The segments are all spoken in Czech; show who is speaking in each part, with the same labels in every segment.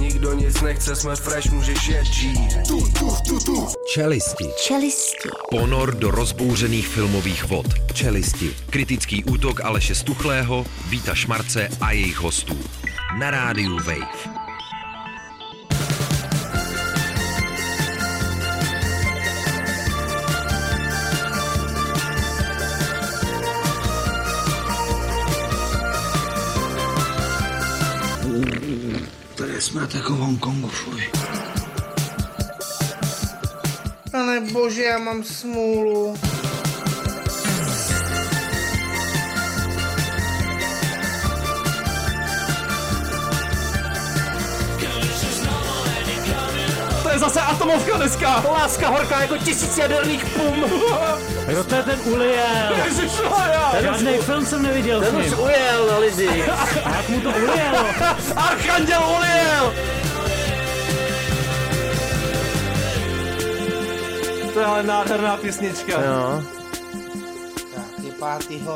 Speaker 1: nikdo nic nechce, jsme fresh, můžeš jet G. Tu, tu, tu, tu.
Speaker 2: Čelisti.
Speaker 3: Čelisti.
Speaker 4: Ponor do rozbouřených filmových vod.
Speaker 2: Čelisti.
Speaker 4: Kritický útok Aleše Stuchlého, Víta Šmarce a jejich hostů. Na rádiu Wave.
Speaker 5: Tady jsme jako v Hongkongu, fuj.
Speaker 6: Pane No, bože, já mám smůlu.
Speaker 7: To je zase atomovka dneska!
Speaker 8: Láska horká jako tisíc jaderných pum.
Speaker 7: Kdo to je ten Uliel? no,
Speaker 8: já.
Speaker 7: Žádný film jsem neviděl s
Speaker 8: Ten už
Speaker 7: ním.
Speaker 8: ujel na lidi.
Speaker 7: Jak mu to Uliel?
Speaker 8: Archanděl Uliel!
Speaker 7: To je ale nádherná písnička.
Speaker 8: No,
Speaker 6: Tak, je 5.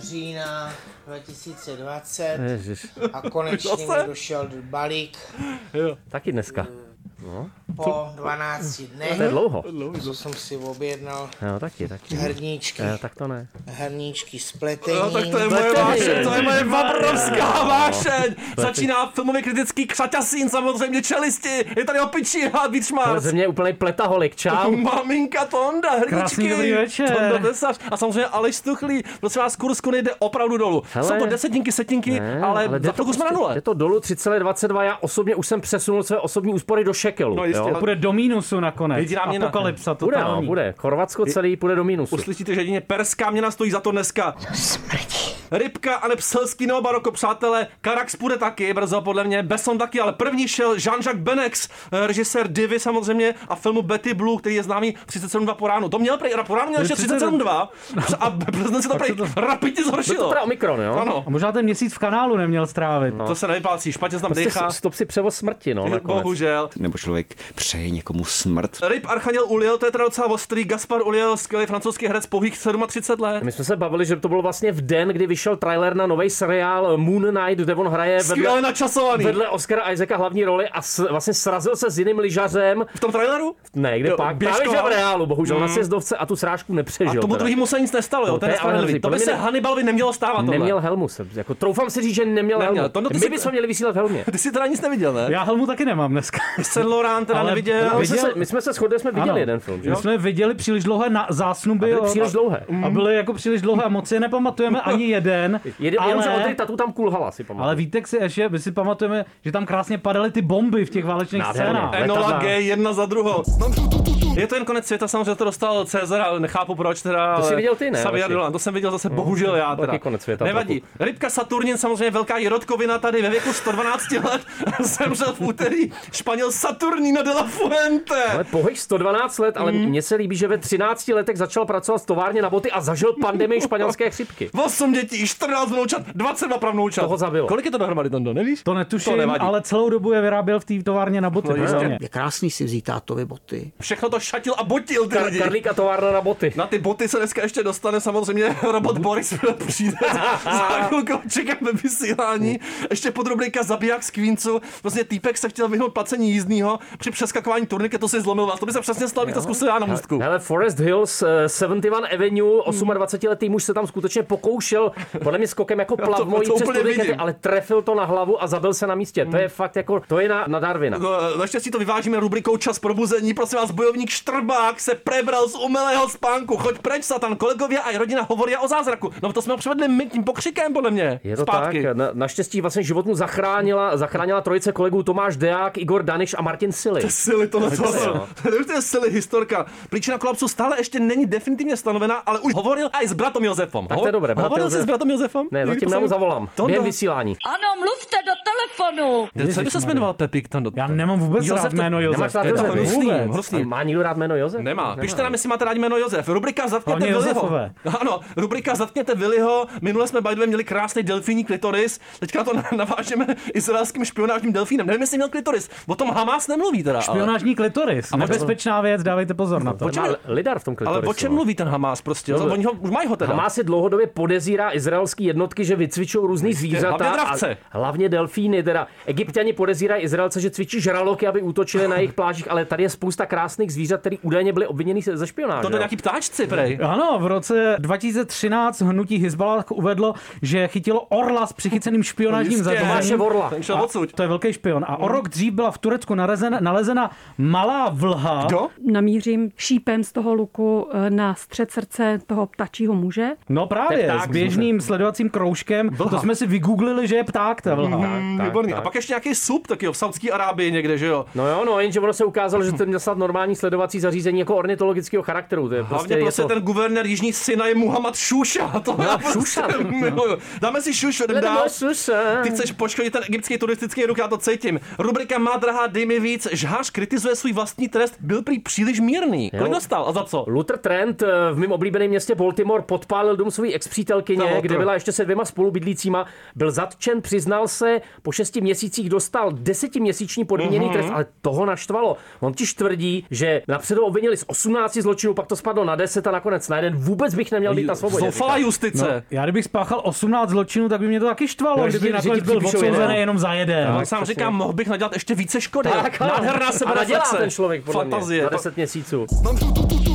Speaker 6: října 2020
Speaker 8: ježiš.
Speaker 6: a konečně mi došel balík Eh,
Speaker 8: Taky dneska. No.
Speaker 6: po 12 dnech,
Speaker 8: To je dlouho.
Speaker 6: co jsem si objednal
Speaker 8: No, taky, taky.
Speaker 6: herníčky,
Speaker 8: Eh, tak to ne.
Speaker 6: herníčky spletení.
Speaker 7: No, tak to je moje
Speaker 8: Bletej.
Speaker 7: vášeň, to je No. moje vabrovská vášeň!
Speaker 8: Bletej.
Speaker 7: Začíná filmově kritický křaťasín, samozřejmě čelisti, je tady opičí hlad, víc
Speaker 8: Ale ze mě je úplný pletaholik, čau.
Speaker 7: Maminka Tonda, hrdíčky.
Speaker 8: Krásný dobrý večer.
Speaker 7: Tonda Desař. A samozřejmě Aleš Stuchlý. Prosím vás, kurz kuny jde opravdu dolů.
Speaker 8: Hele.
Speaker 7: Jsou to desetinky, setinky,
Speaker 8: Ne,
Speaker 7: ale, ale
Speaker 8: jde to
Speaker 7: za chvilku jsme na
Speaker 8: prostě-
Speaker 7: nule.
Speaker 8: Jde to dolů 3,22, já osobně už jsem přesunul své osobní úspory do šekelu.
Speaker 7: No jistě,
Speaker 8: jo?
Speaker 7: ale
Speaker 9: Půjde do mínusu nakonec.
Speaker 7: Jediná měna.
Speaker 9: Apokalypsa, to
Speaker 8: Bude, no, bude. Chorvatsko celý půjde do mínusu.
Speaker 7: Uslyšíte, že jedině perská měna stojí za to dneska.
Speaker 3: Smrti.
Speaker 7: Rybka a nepselský neobaroko, přátelé. Karax půjde taky, brzo podle mě. Besson taky, ale první šel Jean-Jacques Benex, eh, režisér Divy samozřejmě a filmu Betty Blue, který je známý 37.2 po ránu. To měl prej, po ránu měl ještě 37.2 a Plzeň se to prej
Speaker 8: No.
Speaker 7: rapidně
Speaker 8: To
Speaker 7: zhoršilo.
Speaker 8: teda Omikron, jo?
Speaker 7: Ano,
Speaker 9: A možná ten měsíc v kanálu neměl strávit. No.
Speaker 7: to se nevyplácí, špatně se tam
Speaker 8: Prostě
Speaker 7: dechá.
Speaker 8: Stop si převoz smrti, no, nakonec.
Speaker 7: Bohužel.
Speaker 10: Nebo člověk přeje někomu smrt.
Speaker 7: Ryb Archaniel Uliel, to je teda docela ostrý. Gaspar Uliel, skvělý francouzský herec, pouhých 37 let.
Speaker 8: My jsme se bavili, že to bylo vlastně v den, kdy vyšel trailer na nový seriál Moon Knight, kde on hraje
Speaker 7: Skvěle
Speaker 8: vedle,
Speaker 7: načasovaný.
Speaker 8: vedle Oscara Isaaca hlavní roli a s, vlastně srazil se s jiným lyžařem.
Speaker 7: V tom traileru?
Speaker 8: Ne, kde
Speaker 7: Jo,
Speaker 8: pak?
Speaker 7: běžkoval.
Speaker 8: Právě že v reálu, bohužel na sjezdovce a tu srážku nepřežil.
Speaker 7: A tomu
Speaker 8: teda.
Speaker 7: druhému se nic nestalo, jo,
Speaker 8: No,
Speaker 7: ten
Speaker 8: to
Speaker 7: je
Speaker 8: je ale
Speaker 7: spravedlivý.
Speaker 8: hrozný.
Speaker 7: To by
Speaker 8: Podle
Speaker 7: se
Speaker 8: mě-
Speaker 7: Hannibalovi nemělo stávat tohle.
Speaker 8: Neměl helmu, se, jako, troufám si říct, že neměl,
Speaker 7: Neměl,
Speaker 8: helmu.
Speaker 7: to- no, to
Speaker 8: My
Speaker 7: si-
Speaker 8: bychom měli vysílat v helmě.
Speaker 7: Ty jsi teda nic neviděl, ne?
Speaker 9: Já helmu taky nemám dneska.
Speaker 7: Saint Laurent teda
Speaker 9: Ale-
Speaker 7: neviděl.
Speaker 8: My jsme,
Speaker 9: Viděl-
Speaker 8: se, my jsme se shodli, jsme viděli jeden film, že?
Speaker 9: My jsme viděli příliš dlouhé na, zásnuby.
Speaker 8: byly
Speaker 9: jo,
Speaker 8: příliš
Speaker 9: a-
Speaker 8: dlouhé.
Speaker 9: A byly jako příliš dlouhé a moc si je nepamatujeme ani jeden.
Speaker 8: Jede, ale... Jenomže
Speaker 9: ale,
Speaker 8: Audrey Tatu tam kulhala, si pamatuju.
Speaker 9: ale Vítek si ještě, my si pamatujeme, že tam krásně padaly ty bomby v těch válečných
Speaker 8: Nádherně.
Speaker 9: scénách.
Speaker 8: Ne.
Speaker 7: Enola
Speaker 8: letadla.
Speaker 7: Gay, jedna za druhou. Je to jen konec světa, samozřejmě to dostal Cezar, ale nechápu proč teda.
Speaker 8: To jsi
Speaker 7: ale
Speaker 8: viděl ty, ne,
Speaker 7: Xavier
Speaker 8: Aleši?
Speaker 7: Dolan, to jsem viděl zase bohužel já
Speaker 8: taky
Speaker 7: teda.
Speaker 8: konec světa
Speaker 7: Nevadí. Rybka Saturnin, samozřejmě velká jirotkovina tady ve věku 112 let. Zemřel v úterý Španěl Saturnino de la
Speaker 8: Ale
Speaker 7: Fuente.
Speaker 8: pohyb 112 let, ale
Speaker 7: Mm.
Speaker 8: mně se líbí, že ve 13 letech začal pracovat v továrně na boty a zažil pandemii španělské chřipky.
Speaker 7: 8 dětí, 14 vnoučat, 22 pravnoučat.
Speaker 8: Toho zabilo.
Speaker 7: Kolik je to dohromady, Tondo, nevíš?
Speaker 9: To netuším,
Speaker 7: To nevadí.
Speaker 9: ale celou dobu je vyráběl v té továrně na boty.
Speaker 7: No jistě.
Speaker 9: No,
Speaker 5: Je krásný si vzít tátovi boty.
Speaker 7: Všechno to šatil a botil ty
Speaker 8: Kar-
Speaker 7: lidi.
Speaker 8: Karlíka továrna na boty.
Speaker 7: Na ty boty se dneska ještě dostane samozřejmě robot Boris přijde za chvilkou čekáme vysílání. Ještě podrobnejka zabiják z Queencu. Vlastně týpek se chtěl vyhnout placení jízdního při přeskakování turnike, to si zlomil vás. To by se přesně stalo, abych to zkusil já na můstku.
Speaker 8: Hele, Forest Hills, eh, 71 Avenue,
Speaker 7: Hmm.
Speaker 8: 28-letý muž se tam skutečně pokoušel, podle mě skokem jako plavmo,
Speaker 7: to
Speaker 8: jít přes
Speaker 7: úplně
Speaker 8: tolikety,
Speaker 7: vidím. Hmm.
Speaker 8: ale trefil to na hlavu a zabil se na místě. To je fakt jako, to je na, na Darwina.
Speaker 7: No, Naštěstí to vyvážíme rubrikou Čas probuzení. Prosím vás, bojovník Štrbák se prebral z umelého spánku. Choď preč, Satan, kolegově a i rodina hovorí o zázraku. No to jsme ho převedli my tím pokřikem, podle mě.
Speaker 8: Je to
Speaker 7: Zpátky.
Speaker 8: tak, na, naštěstí vlastně život mu zachránila, zachránila trojice kolegů Tomáš Deák, Igor Daniš a Martin Sily.
Speaker 7: Sily tohle to,
Speaker 8: je,
Speaker 7: to,
Speaker 8: no.
Speaker 7: to, už to je sily historka. Příčina kolapsu stále ještě není definitivně stanovená, ale už hovoril i s bratom Josefem.
Speaker 8: Tak to je dobré, bratr
Speaker 7: Hovoril jsi
Speaker 8: Josef.
Speaker 7: s bratom Josefem?
Speaker 8: Ne,
Speaker 7: Někdy
Speaker 8: zatím
Speaker 7: poslední-
Speaker 8: nám zavolám.
Speaker 7: Tondo.
Speaker 8: Během vysílání.
Speaker 3: Ano, mluvte do telefonu.
Speaker 7: Co by se jmenoval Pepik Tondo?
Speaker 9: Já nemám vůbec
Speaker 7: Josef
Speaker 9: rád
Speaker 7: to-
Speaker 9: jméno
Speaker 8: Nemáš
Speaker 9: Josef.
Speaker 8: rád
Speaker 7: je to
Speaker 8: Josef?
Speaker 7: hnusný,
Speaker 8: Vůbec.
Speaker 7: hnusný.
Speaker 8: A Má někdo rád jméno Josef?
Speaker 7: Nemá. Pište nám, jestli máte rádi jméno Josef. Rubrika Zatkněte
Speaker 9: Hlavně
Speaker 7: Viliho.
Speaker 9: Josefové.
Speaker 7: Ano, rubrika Zatkněte Viliho. Minule jsme by the way, měli krásný delfíní klitoris. Teďka to na- navážeme izraelským špionážním delfínem. Nevím, jestli měl klitoris. O tom Hamas nemluví teda. ale-
Speaker 9: Špionážní klitoris. Nebezpečná věc, dávejte pozor na to.
Speaker 8: Má lidar v tom klitorisu.
Speaker 7: Ale o čem
Speaker 8: no.
Speaker 7: mluví ten Hamas prostě?
Speaker 8: No,
Speaker 7: Oni ho, už mají ho teda.
Speaker 8: Hamás je dlouhodobě podezírá izraelské jednotky, že vycvičují různý zvířata.
Speaker 7: hlavně dravce.
Speaker 8: A hlavně delfíny. Teda. Egyptěni podezírají Izraelce, že cvičí žraloky, aby útočili na jejich plážích, ale tady je spousta krásných zvířat, které údajně byly obviněny ze špionáže.
Speaker 7: To
Speaker 8: jo.
Speaker 7: byly nějaký ptáčci, prej.
Speaker 9: Ano, v roce 2013 hnutí Hizbalah uvedlo, že chytilo orla s přichyceným špionážním
Speaker 7: Jistě.
Speaker 8: Tomáše
Speaker 9: zadáním.
Speaker 8: Vorla.
Speaker 7: Ten šel odsud.
Speaker 9: To je velký špion. A o rok dřív byla v Turecku nalezen, nalezena malá vlha.
Speaker 7: Kdo?
Speaker 2: Namířím šípem z toho luku eh, na střed srdce toho ptačího muže.
Speaker 9: No
Speaker 8: To
Speaker 9: právě,
Speaker 8: je pták,
Speaker 9: s běžným sledovacím kroužkem. Vlha. Hmm. To jsme si vygooglili, že je pták ta vlha.
Speaker 7: Mm, Výborný. A pak ještě nějaký sub taky jo, v Saudské Arábii někde, že jo?
Speaker 8: No jo, no, jenže ono se ukázalo, že to měl snad normální sledovací zařízení jako ornitologického charakteru. To je
Speaker 7: Hlavně
Speaker 8: prostě,
Speaker 7: prostě,
Speaker 8: je
Speaker 7: prostě
Speaker 8: to... No,
Speaker 7: ten guvernér Jižní Sinaj Muhammad Šuša. To já
Speaker 8: Šuša.
Speaker 7: prostě miluju. Dáme si Šušu, jdem dál.
Speaker 8: Ty
Speaker 7: Ty chceš poškodit ten egyptský turistický ruch, já to cítím. Rubrika Má drahá, dej mi víc. Žhář kritizuje svůj vlastní trest, byl prý příliš mírný. Kolik dostal a za co?
Speaker 8: Luther Trent eh, v mém oblíbeném městě Baltimore podpálil dům své
Speaker 7: To
Speaker 8: ex-přítelkyně,
Speaker 7: bylo
Speaker 8: kde
Speaker 7: to.
Speaker 8: byla ještě se dvěma spolubydlícíma. Byl zatčen, přiznal se, po šesti měsících dostal desetiměsíční podmíněný
Speaker 7: Mhm.
Speaker 8: trest, ale toho naštvalo. On tiž tvrdí, že napřed ho obvinili z 18 zločinů, pak to spadlo na 10 a nakonec na jeden. Vůbec bych neměl být na svobodě.
Speaker 7: Zofala justice.
Speaker 9: Já kdybych spáchal 18 zločinů, tak by mě to taky štvalo,
Speaker 8: No,
Speaker 9: no,
Speaker 8: že
Speaker 9: kdyby
Speaker 8: ti- že ti
Speaker 9: nakonec byl
Speaker 8: připíšou
Speaker 9: odsouzený
Speaker 8: jeden.
Speaker 9: jenom za jeden.
Speaker 7: On sám
Speaker 8: No, přesně.
Speaker 7: říká, mohl bych nadělat ještě více škody.
Speaker 8: Tak, ano.
Speaker 7: Nádherná
Speaker 8: a nadělá
Speaker 7: sebereflexe.
Speaker 8: ten člověk podle mě,
Speaker 7: Fantazie.
Speaker 8: na 10 měsíců.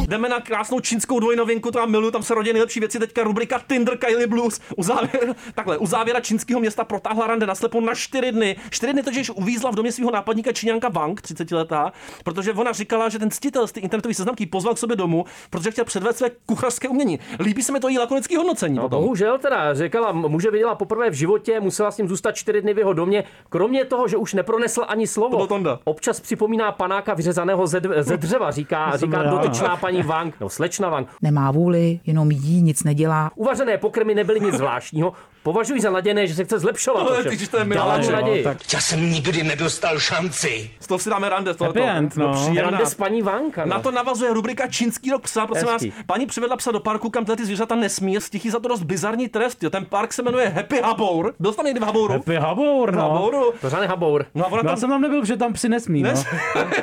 Speaker 7: Jdeme na krásnou čínskou dvojnovinku, to já miluju, tam se rodí nejlepší věci. Teďka rubrika Tinder Kylie Blues. U závěr, takhle, u závěra čínského města protáhla rande na slepo na 4 dny. 4 dny totiž uvízla v domě svého nápadníka Číňanka Wang, 30 letá, protože ona říkala, že ten ctitel z té internetové seznamky ji pozval k sobě domů, protože chtěl předvést své kuchařské umění. Líbí se mi to její lakonické hodnocení.
Speaker 8: No
Speaker 7: potom.
Speaker 8: bohužel teda, říkala, m- muže viděla poprvé v životě, musela s ním zůstat čtyři dny v jeho domě, kromě toho, že už nepronesl ani slovo.
Speaker 7: byl Tonda.
Speaker 8: Občas připomíná panáka vyřezaného ze, dv- ze dřeva, říká, říká
Speaker 9: já.
Speaker 8: dotyčná paní Wang, no slečna Wang.
Speaker 11: Nemá vůli, jenom jí, nic nedělá.
Speaker 8: Uvařené pokrmy nebyly nic zvláštního, považují za nadějné, že se chce zlepšovat.
Speaker 7: Ale
Speaker 8: ovšem.
Speaker 7: ty, že to je
Speaker 8: Dala mu
Speaker 7: miláček.
Speaker 8: naději.
Speaker 9: No, tak
Speaker 1: Já jsem nikdy nedostal šanci.
Speaker 7: Z toho si dáme rande. z
Speaker 9: Happy
Speaker 7: tohoto.
Speaker 9: end, no.
Speaker 7: příjemná.
Speaker 8: Rande s paní Wang, ano.
Speaker 7: Na to navazuje rubrika Čínský rok psa. Prosím
Speaker 8: Hezký.
Speaker 7: vás, paní přivedla psa do parku, kam tyhle ty zvířata nesmí. a Stichý za to dost bizarní trest. Jo. Ten park se jmenuje Happy Habour. Byl jsi tam někdy v Habouru?
Speaker 9: Happy Habour, no.
Speaker 7: Habouru.
Speaker 8: Pořádný habour.
Speaker 7: No a ona
Speaker 9: No,
Speaker 7: tam
Speaker 9: Já jsem tam nebyl, že tam psi nesmí. No.
Speaker 7: Nes-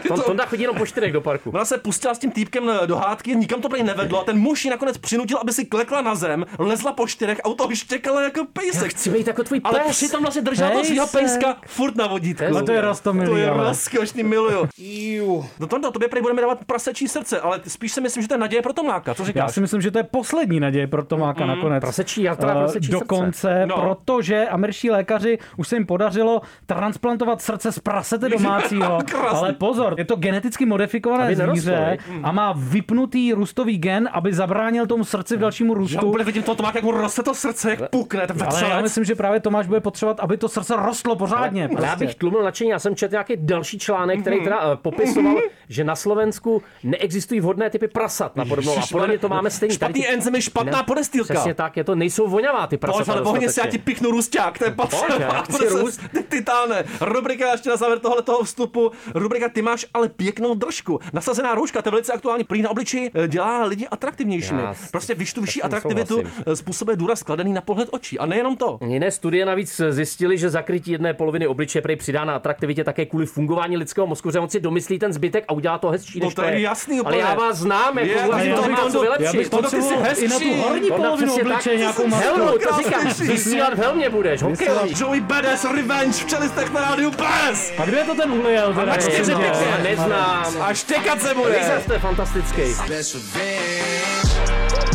Speaker 8: Tom, Tonda chodí jenom po čtyřech do parku.
Speaker 7: Ona se pustila s tím týpkem eh, do hádky, nikam to prej nevedlo a ten muž ji nakonec přinutil, aby si klekla na zem, lezla po čtyřech a u toho štěkala jako pejsek.
Speaker 8: Chci být jako tvůj
Speaker 7: Ale
Speaker 8: pes.
Speaker 7: přitom vlastně držela toho svého
Speaker 9: Pejsek.
Speaker 7: pejska furt na vodítku.
Speaker 8: Ale
Speaker 9: To je
Speaker 7: To
Speaker 9: rostomilý,
Speaker 7: je
Speaker 9: ale.
Speaker 7: rozkošný, miluju.
Speaker 6: Jú.
Speaker 7: No Tondo, tobě prej budeme dávat prasečí srdce, ale spíš si myslím, že to je naděje pro Tomláka. Co
Speaker 9: Já
Speaker 7: říkáš?
Speaker 9: si myslím, že to je poslední naděje pro Tomáka nakonec.
Speaker 8: Prasečí jatra,
Speaker 9: Eh,
Speaker 8: prasečí srdce.
Speaker 9: Dokonce,
Speaker 7: No.
Speaker 9: protože američtí lékaři už se jim podařilo transplantovat srdce z prasete domácího.
Speaker 7: Krásný.
Speaker 9: ale pozor, je to geneticky
Speaker 8: Aby
Speaker 9: modifikované
Speaker 8: nerostlo,
Speaker 9: zvíře a má vypnutý růstový gen, aby zabránil tomu srdci v dalšímu
Speaker 7: Já
Speaker 9: růstu.
Speaker 7: úplně vidím toho Tomáka, jak mu roste to srdce, jak pukne, ten
Speaker 9: Ale já
Speaker 7: vetřelec.
Speaker 9: myslím, že právě Tomáš bude potřebovat, aby to srdce rostlo pořádně.
Speaker 8: Ale já
Speaker 9: prostě.
Speaker 8: bych tlumil nadšení, já jsem četl nějaký další článek, který
Speaker 7: Mhm.
Speaker 8: teda eh, popisoval, že na Slovensku neexistují vhodné typy prasat na podobnou. A podle mě to máme stejný. Tady
Speaker 7: Špatný
Speaker 8: ty-
Speaker 7: enzymy, špatná
Speaker 8: Ne,
Speaker 7: podestýlka.
Speaker 8: Přesně tak, je to nejsou voňavá ty
Speaker 7: Pojď,
Speaker 8: prasata.
Speaker 7: ale vohně se, já ti
Speaker 8: dostatečně.
Speaker 7: pichnu růsták, to je
Speaker 8: Pojď, já
Speaker 7: patřeba.
Speaker 8: chci růst.
Speaker 7: Ty titáne. Rubrika ještě na závěr tohle toho vstupu. Rubrika Ty máš ale pěknou držku. Nasazená rouška, to je velice aktuální. Prý na obličeji eh, dělá lidi atraktivnějšími.
Speaker 8: Já s-
Speaker 7: Prostě víš tu vyšší
Speaker 8: s tím
Speaker 7: atraktivitu
Speaker 8: souhlasím.
Speaker 7: eh, způsobuje důraz skladený na pohled očí. A nejenom to.
Speaker 8: Jiné studie navíc zjistily, že zakrytí jedné poloviny obličeje prej přidá na atraktivitě také kvůli fungování lidského mozku, že on si domyslí ten zbytek a udělá to hezčí
Speaker 7: No
Speaker 8: než
Speaker 7: to
Speaker 8: to
Speaker 7: je jasný
Speaker 8: Ale
Speaker 7: úplně.
Speaker 8: já vás znám, jako
Speaker 7: Je,
Speaker 8: vlastně
Speaker 7: já
Speaker 8: to
Speaker 7: bych
Speaker 8: má
Speaker 7: to-
Speaker 8: co
Speaker 9: já bych
Speaker 8: vylepšit.
Speaker 7: Tondo, ty jsi
Speaker 9: potřeboval i na tu
Speaker 7: hezčí.
Speaker 9: horní
Speaker 8: Tonda,
Speaker 9: polovinu
Speaker 8: přesně tak,
Speaker 9: obličeje nějakou
Speaker 8: v
Speaker 9: masku.
Speaker 8: helmu, to říkám,
Speaker 7: Krásnější.
Speaker 8: vysílat v helmě budeš, hokejový.
Speaker 7: Joey Bedes, Revenge, v čelistech na rádiu Pes.
Speaker 9: A kde je to ten Uliel? teda,
Speaker 7: na
Speaker 9: prosím
Speaker 7: čtyři
Speaker 9: tě?
Speaker 7: pěkně.
Speaker 8: Já neznám.
Speaker 7: A štěkat se bude.
Speaker 8: Lisa, jste fantastický.
Speaker 1: Best revenge.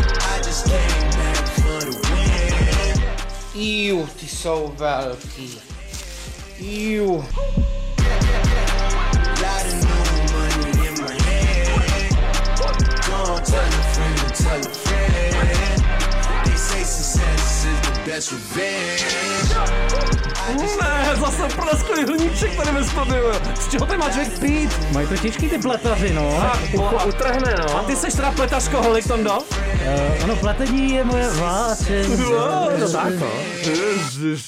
Speaker 1: I just came back for the win.
Speaker 6: Jú, ty jsou velký. Jú.
Speaker 1: Lot of new money in my hand. Gonna tell a friend to tell a friend. They say success is the best revenge.
Speaker 7: Ne, zase praskli hliníček tady ve studiu. Z čeho tady má člověk pít?
Speaker 9: Mají to těžký ty pletaři, no.
Speaker 7: Jako
Speaker 8: Ucho utrhne,
Speaker 7: A
Speaker 8: no.
Speaker 7: ty seš teda pletařko holik, Tondo?
Speaker 9: Eh, Ono pletení je moje vášeň.
Speaker 8: To tak,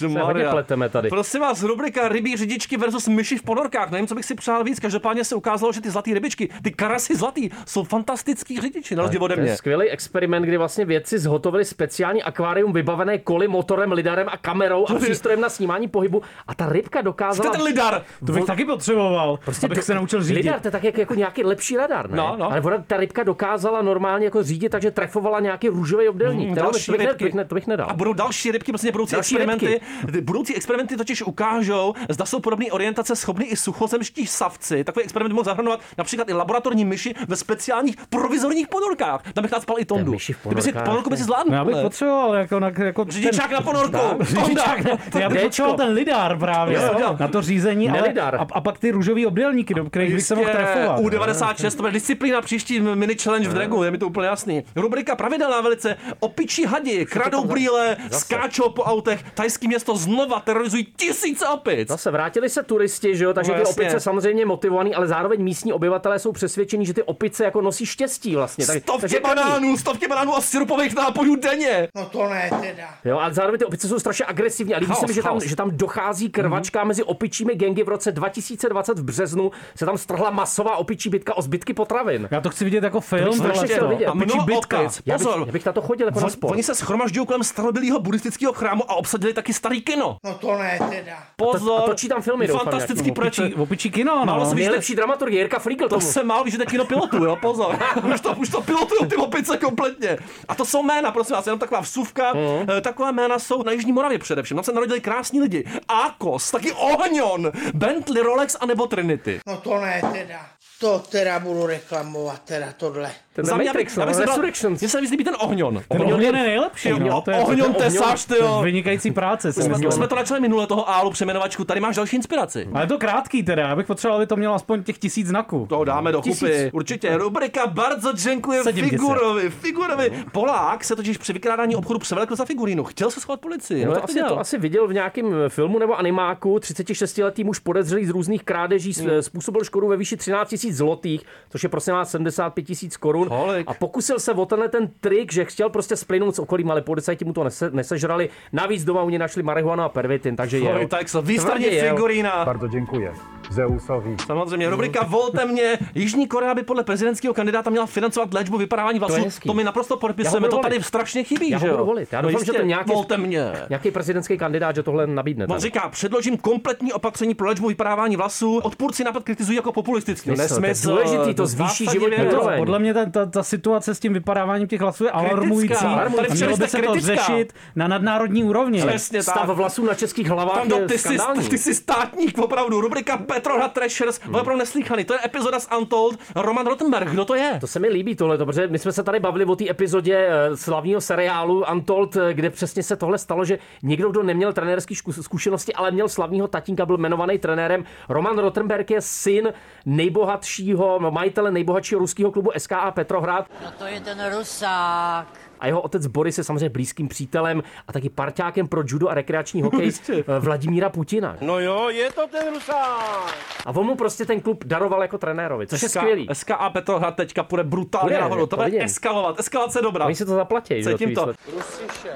Speaker 8: no. hodně pleteme tady.
Speaker 7: Prosím vás, rubrika rybí řidičky versus myši v ponorkách. Nevím, co bych si přál víc. Každopádně se ukázalo, že ty zlatý rybičky, ty karasy zlatý, jsou fantastický řidiči, na rozdíl ode
Speaker 8: To je
Speaker 7: mě.
Speaker 8: skvělý experiment, kdy vlastně vědci zhotovili speciální akvárium vybavené koli, motorem, lidarem a kamerou a přístrojem na snímání pohybu a ta rybka dokázala...
Speaker 7: Jste ten lidar!
Speaker 9: To bych
Speaker 8: Vo-
Speaker 9: taky potřeboval, prostě abych
Speaker 8: do-
Speaker 9: se naučil řídit.
Speaker 8: Lidar, to je tak jak, jako nějaký lepší radar, ne?
Speaker 9: No, no.
Speaker 8: Ale ona, ta rybka dokázala normálně jako řídit, takže trefovala nějaký růžový obdelník.
Speaker 7: Mm,
Speaker 8: Mm, to, bych,
Speaker 7: další
Speaker 8: to, bych ne,
Speaker 7: rybky.
Speaker 8: to, bych ne, to bych nedal.
Speaker 7: A budou další rybky, prostě budoucí
Speaker 8: Další
Speaker 7: experimenty. Rybky. Budoucí experimenty totiž ukážou, zda jsou podobné orientace schopny i suchozemští savci. Takový experiment mohl zahrnovat například i laboratorní myši ve speciálních provizorních ponorkách. Tam bych nás spal i Tondu. Ty by si ponorku by si zvládnul.
Speaker 9: No, já bych
Speaker 7: ale-
Speaker 9: potřeboval jako, na, jako
Speaker 7: Řidičák na ponorku!
Speaker 9: Tak,
Speaker 7: Tonda!
Speaker 9: řidičák na, já bych
Speaker 7: Déčko.
Speaker 9: potřeboval ten lidar právě,
Speaker 7: Jo, jo.
Speaker 9: na to řízení, ale,
Speaker 7: Nelidar.
Speaker 9: a, a, pak ty růžový obdélníky, do kterých bych se mohl trefovat.
Speaker 7: U96, to bude disciplína příští mini challenge v Dragu, je mi to úplně jasný. Rubrika pravidelná velice. Opičí hadi, kradou brýle, skáčou po autech, tajský město znova terorizují tisíce opic.
Speaker 8: Zase vrátili se turisti, že jo, takže
Speaker 7: No,
Speaker 8: ty
Speaker 7: jasně.
Speaker 8: opice samozřejmě motivovaný, ale zároveň místní obyvatelé jsou přesvědčeni, že ty opice jako nosí štěstí vlastně. Tak,
Speaker 7: Stovky banánů, stovky banánů a syrupových nápojů denně.
Speaker 6: No to ne teda.
Speaker 8: Jo, ale zároveň ty opice jsou strašně agresivní a líbí
Speaker 7: Chaos,
Speaker 8: se mi, že tam,
Speaker 7: chaos. Mhm.
Speaker 8: že tam dochází krvačka mm-hmm. mezi opičími gengy v roce 2020 v březnu se tam strhla masová opičí bitka o zbytky potravin.
Speaker 9: Já to chci vidět jako
Speaker 7: No,
Speaker 9: film,
Speaker 8: strašně
Speaker 9: tohle
Speaker 8: chtěl
Speaker 9: to.
Speaker 8: vidět.
Speaker 9: A
Speaker 8: Mnoho
Speaker 9: pičí bitka.
Speaker 7: opic.
Speaker 8: Já bych-
Speaker 7: Pozor.
Speaker 8: já bych na to chodil jako na
Speaker 7: On-
Speaker 8: sport.
Speaker 7: Oni se schromažďují kolem starobylého buddhistického chrámu a obsadili taky starý kino.
Speaker 6: No to ne teda.
Speaker 7: Pozor,
Speaker 8: a točí tam filmy, doufám,
Speaker 7: fantastický
Speaker 8: nějaký.
Speaker 7: projekt.
Speaker 9: Opičí- Opičí kino,
Speaker 7: Málo
Speaker 9: no.
Speaker 7: se víš,
Speaker 8: Nejlepší dramaturg Jirka Frýkl
Speaker 7: To
Speaker 8: tomu.
Speaker 7: se málo ví, že teď kino pilotů, jo, pozor. už to, už to pilotují ty opice kompletně. A to jsou jména, prosím vás, jenom taková vsuvka.
Speaker 9: Mhm.
Speaker 7: Mm. Takové jména jsou na Jižní Moravě především. Tam se narodili krásní lidi. Akos, taky Ohňon, Bentley, Rolex a nebo Trinity.
Speaker 6: No to ne teda. To teda budu reklamovat, teda tohle.
Speaker 8: Ten
Speaker 7: Za mě, já bych-
Speaker 8: Matrix,
Speaker 7: já
Speaker 8: no,
Speaker 7: bych se bral-
Speaker 8: Resurrections.
Speaker 7: Mně se víc líbí ten Ohňon.
Speaker 9: Ten
Speaker 8: Ohňon
Speaker 9: ohňon je
Speaker 8: je-
Speaker 9: nejlepší,
Speaker 7: Ohňon-
Speaker 9: no. to je-
Speaker 7: Ohňon
Speaker 9: to je-
Speaker 7: tesař, ty
Speaker 9: to je
Speaker 7: jo.
Speaker 9: Vynikající práce, si
Speaker 7: Jsme,
Speaker 9: myslím.
Speaker 7: jsme to načali minule toho álu přeměnovačku, tady máš další inspiraci.
Speaker 9: Ale je to krátký teda, já bych potřeboval, aby to mělo aspoň těch tisíc znaků.
Speaker 7: To dáme do kupy.
Speaker 9: Tisíc.
Speaker 7: Určitě. Rubrika Bardzo dziękuję
Speaker 9: Sedím ti se.
Speaker 7: Figurovi. Figurovi. Polák se totiž při vykrádání obchodu převlekl za figurínu. Chtěl se schovat policii.
Speaker 8: No,
Speaker 7: No,
Speaker 8: to,
Speaker 7: tak to
Speaker 8: asi, to
Speaker 7: dělal.
Speaker 8: asi viděl v nějakém filmu nebo animáku. 36-letý muž podezřelý z různých krádeží
Speaker 7: Hmm.
Speaker 8: s- eh, způsobil škodu ve výši 13 000 zlotých, což je prosím vás 75 000 korun.
Speaker 7: Kolik?
Speaker 8: A pokusil se o tenhle ten trik, že chtěl prostě splynout s okolím, ale policajti mu to nese, nesežrali. Navíc doma u něj našli marihuanu a pervitin, takže
Speaker 7: Oj,
Speaker 8: je.
Speaker 7: tak se výstavně figurína.
Speaker 12: Bardzo dziękuję. Zeusowi.
Speaker 7: Samozřejmě, rubrika
Speaker 8: No.
Speaker 7: Volte mě. Jižní Korea by podle prezidentského kandidáta měla financovat léčbu vypadávání
Speaker 8: To je
Speaker 7: vlasů. To,
Speaker 8: hezký.
Speaker 7: my naprosto
Speaker 8: Já ho
Speaker 7: podpisujeme.
Speaker 8: budu
Speaker 7: To tady
Speaker 8: volit.
Speaker 7: strašně chybí,
Speaker 8: Já
Speaker 7: že
Speaker 8: ho
Speaker 7: jo? No
Speaker 8: budu volit. Já doufám,
Speaker 7: jistě,
Speaker 8: že to nějaký-
Speaker 7: Volte mě.
Speaker 8: Nějaký prezidentský kandidát, že tohle nabídne.
Speaker 7: On
Speaker 8: tam.
Speaker 7: říká, předložím kompletní opatření pro léčbu vypadávání vlasů. Odpůrci napad kritizují jako populistický.
Speaker 8: Nesmysl, to je důležitý, to zvýší
Speaker 7: Zásadní
Speaker 8: životní
Speaker 7: věc.
Speaker 9: To,
Speaker 8: úroveň.
Speaker 9: podle mě ta, ta, ta situace s tím vypadáváním těch hlasů je alarmující.
Speaker 7: Kritická. Tady
Speaker 9: A
Speaker 7: včera
Speaker 9: mělo
Speaker 7: jste
Speaker 9: by se to
Speaker 7: kritická.
Speaker 9: řešit na nadnárodní úrovni.
Speaker 7: Přesně tak.
Speaker 8: Stav vlasů na českých hlavách
Speaker 7: Tam do,
Speaker 8: je
Speaker 7: ty, jsi,
Speaker 8: skandální.
Speaker 7: ty jsi státník, opravdu. Rubrika Petrohrad Trashers, hmm. opravdu neslíchaný. To je epizoda z Untold. Roman Rottenberg, kdo to je?
Speaker 8: To se mi líbí tohle, protože my jsme se tady bavili o té epizodě eh, slavního seriálu Untold, eh, kde přesně se tohle stalo, že někdo, kdo neměl trenérské zkušenosti, ale měl slavního tatínka, byl jmenovaný trenérem. Roman Rottenberg je syn nejbohatšího, no, majitele nejbohatšího ruského klubu SKA Petrohrad
Speaker 3: No to je ten rusák.
Speaker 8: a jeho otec Boris je samozřejmě blízkým přítelem a taky parťákem pro judo a rekreační hokej eh, Vladimíra Putina.
Speaker 7: No jo, je to ten rusák.
Speaker 8: A on mu prostě ten klub daroval jako trenérovi, což je
Speaker 7: SK,
Speaker 8: skvělý.
Speaker 7: SKA Petrohrad teďka půjde brutálně
Speaker 8: Bude,
Speaker 7: nahoru. To
Speaker 8: to
Speaker 7: bude
Speaker 8: vidím.
Speaker 7: eskalovat. Eskalace dobrá.
Speaker 8: Oni si to zaplatí. že jo, ty
Speaker 7: Cítím to.
Speaker 8: výsledky.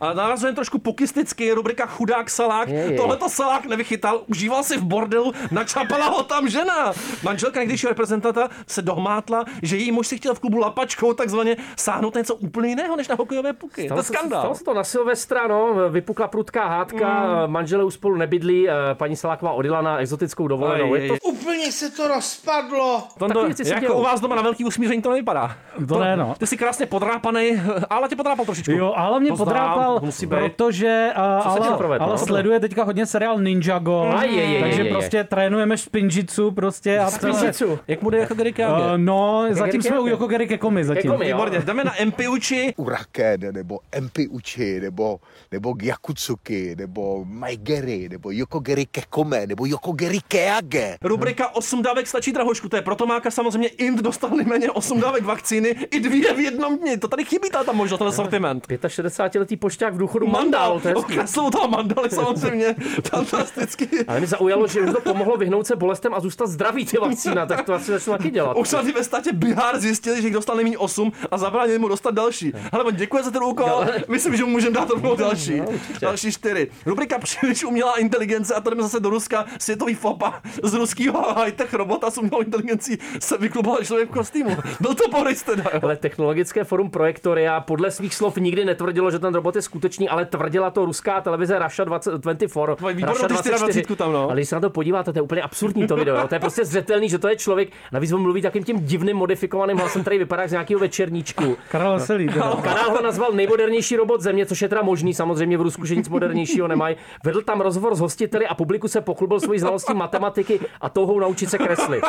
Speaker 7: A navazujeme trošku pukisticky, rubrika Chudák salák.
Speaker 8: Je, je.
Speaker 7: Tohle to salák nevychytal, užíval si v bordelu, načapala ho tam žena. Manželka někdejšího reprezentanta se dohmátla, že její muž si chtěl v klubu lapačkou takzvaně sáhnout na něco úplně jiného než na hokejové puky. to je
Speaker 8: se-
Speaker 7: skandál.
Speaker 8: Stalo se to na Silvestra, no, vypukla prudká hádka, mm. manželé už spolu nebydlí, eh, paní Saláková odjela na exotickou dovolenou.
Speaker 7: Aj,
Speaker 8: Je to,
Speaker 7: aj,
Speaker 6: Úplně se to rozpadlo.
Speaker 7: Tondo,
Speaker 8: Takový věci se
Speaker 7: jako
Speaker 8: dějou.
Speaker 7: u vás doma na velký usmíření to nevypadá.
Speaker 9: To ne, no.
Speaker 7: Ty jsi krásně podrápaný, ale tě podrápal trošičku.
Speaker 9: Jo, ale mě
Speaker 7: To znám,
Speaker 9: podrápal,
Speaker 7: musí být.
Speaker 9: protože uh,
Speaker 8: dělo?
Speaker 9: ale,
Speaker 8: Provedlo,
Speaker 9: ale
Speaker 8: no.
Speaker 9: sleduje teďka hodně seriál Ninjago,
Speaker 8: Aj, je, je, je,
Speaker 9: takže
Speaker 8: je, je.
Speaker 9: prostě trénujeme špinjitsu prostě a celé,
Speaker 8: Spíšicu.
Speaker 7: Jak mu jde jako Gary
Speaker 9: uh, no, zatím
Speaker 8: Gerike
Speaker 9: jsme u
Speaker 8: Jakoby.
Speaker 9: Jokogery Kekomy zatím.
Speaker 8: Kekomy, jo.
Speaker 7: Výborně, jdeme na Empiuči.
Speaker 13: Urakene, nebo Empi Uchi, nebo, nebo Gyakutsuki, nebo Maigeri, nebo Yokogeri Kekome, nebo Yokogeri Keage.
Speaker 7: Rubrika 8 dávek stačí drahošku, to je proto Máka samozřejmě Ind dostal nejméně 8 dávek vakcíny i dvě v jednom dni. To tady chybí ta možnost, ten sortiment.
Speaker 8: 65-letý pošťák v důchodu mandal,
Speaker 7: Mandal,
Speaker 8: to je hezký.
Speaker 7: okreslou toho mandaly samozřejmě, fantasticky.
Speaker 8: Ale mi zaujalo, že jim to pomohlo vyhnout se bolestem a zůstat zdravý ty vakcína, tak to asi začnu taky dělat.
Speaker 7: Už tady ve státě Bihar zjistili, že jich dostal nejméně 8 a zabránili mu dostat další. Hele, on děkuje za ten úkol, myslím, že mu můžeme dát rovnou další.
Speaker 14: No, určitě.
Speaker 7: další čtyři. Rubrika Příliš umělá inteligence a tady jdeme zase do Ruska. Světový fopa z ruského high-tech robota s umělou inteligencí se vykluboval člověk v kostýmu. Byl to Boris teda. jo.
Speaker 8: Ale Technologické forum Projektoria podle svých slov nikdy netvrdilo, že ten robot je skutečný, ale tvrdila to ruská televize Russia 20, 24.
Speaker 7: výbornou
Speaker 8: Russia
Speaker 7: ty 24 tam, no.
Speaker 8: Ale když se na to podíváte, to je úplně absurdní to video. jo. To je prostě zřetelný, že to je člověk. Navíc on mluví takým tím divným modifikovaným hlasem, který vypadá jak z nějakého večerníčku.
Speaker 9: Karel se líbil.
Speaker 8: Kanál ho nazval nejmodernější robot země, což je teda možný, samozřejmě v Rusku, že nic modernějšího nemají. Vedl tam rozhovor s hostiteli a publiku se pochlubil svojí znalostí matematiky a touhou naučit se kreslit.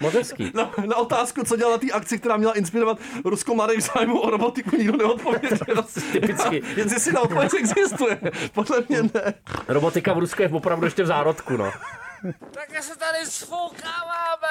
Speaker 8: Moc hezký.
Speaker 7: Na, na, otázku, co dělala té akci, která měla inspirovat ruskou mladý v zájmu o robotiku, nikdo neodpověděl.
Speaker 8: Typicky.
Speaker 7: Jestli si na odpověď existuje. Podle mě ne.
Speaker 8: Robotika v Rusku je opravdu ještě v zárodku, no.
Speaker 1: Tak se tady sfoukáváme.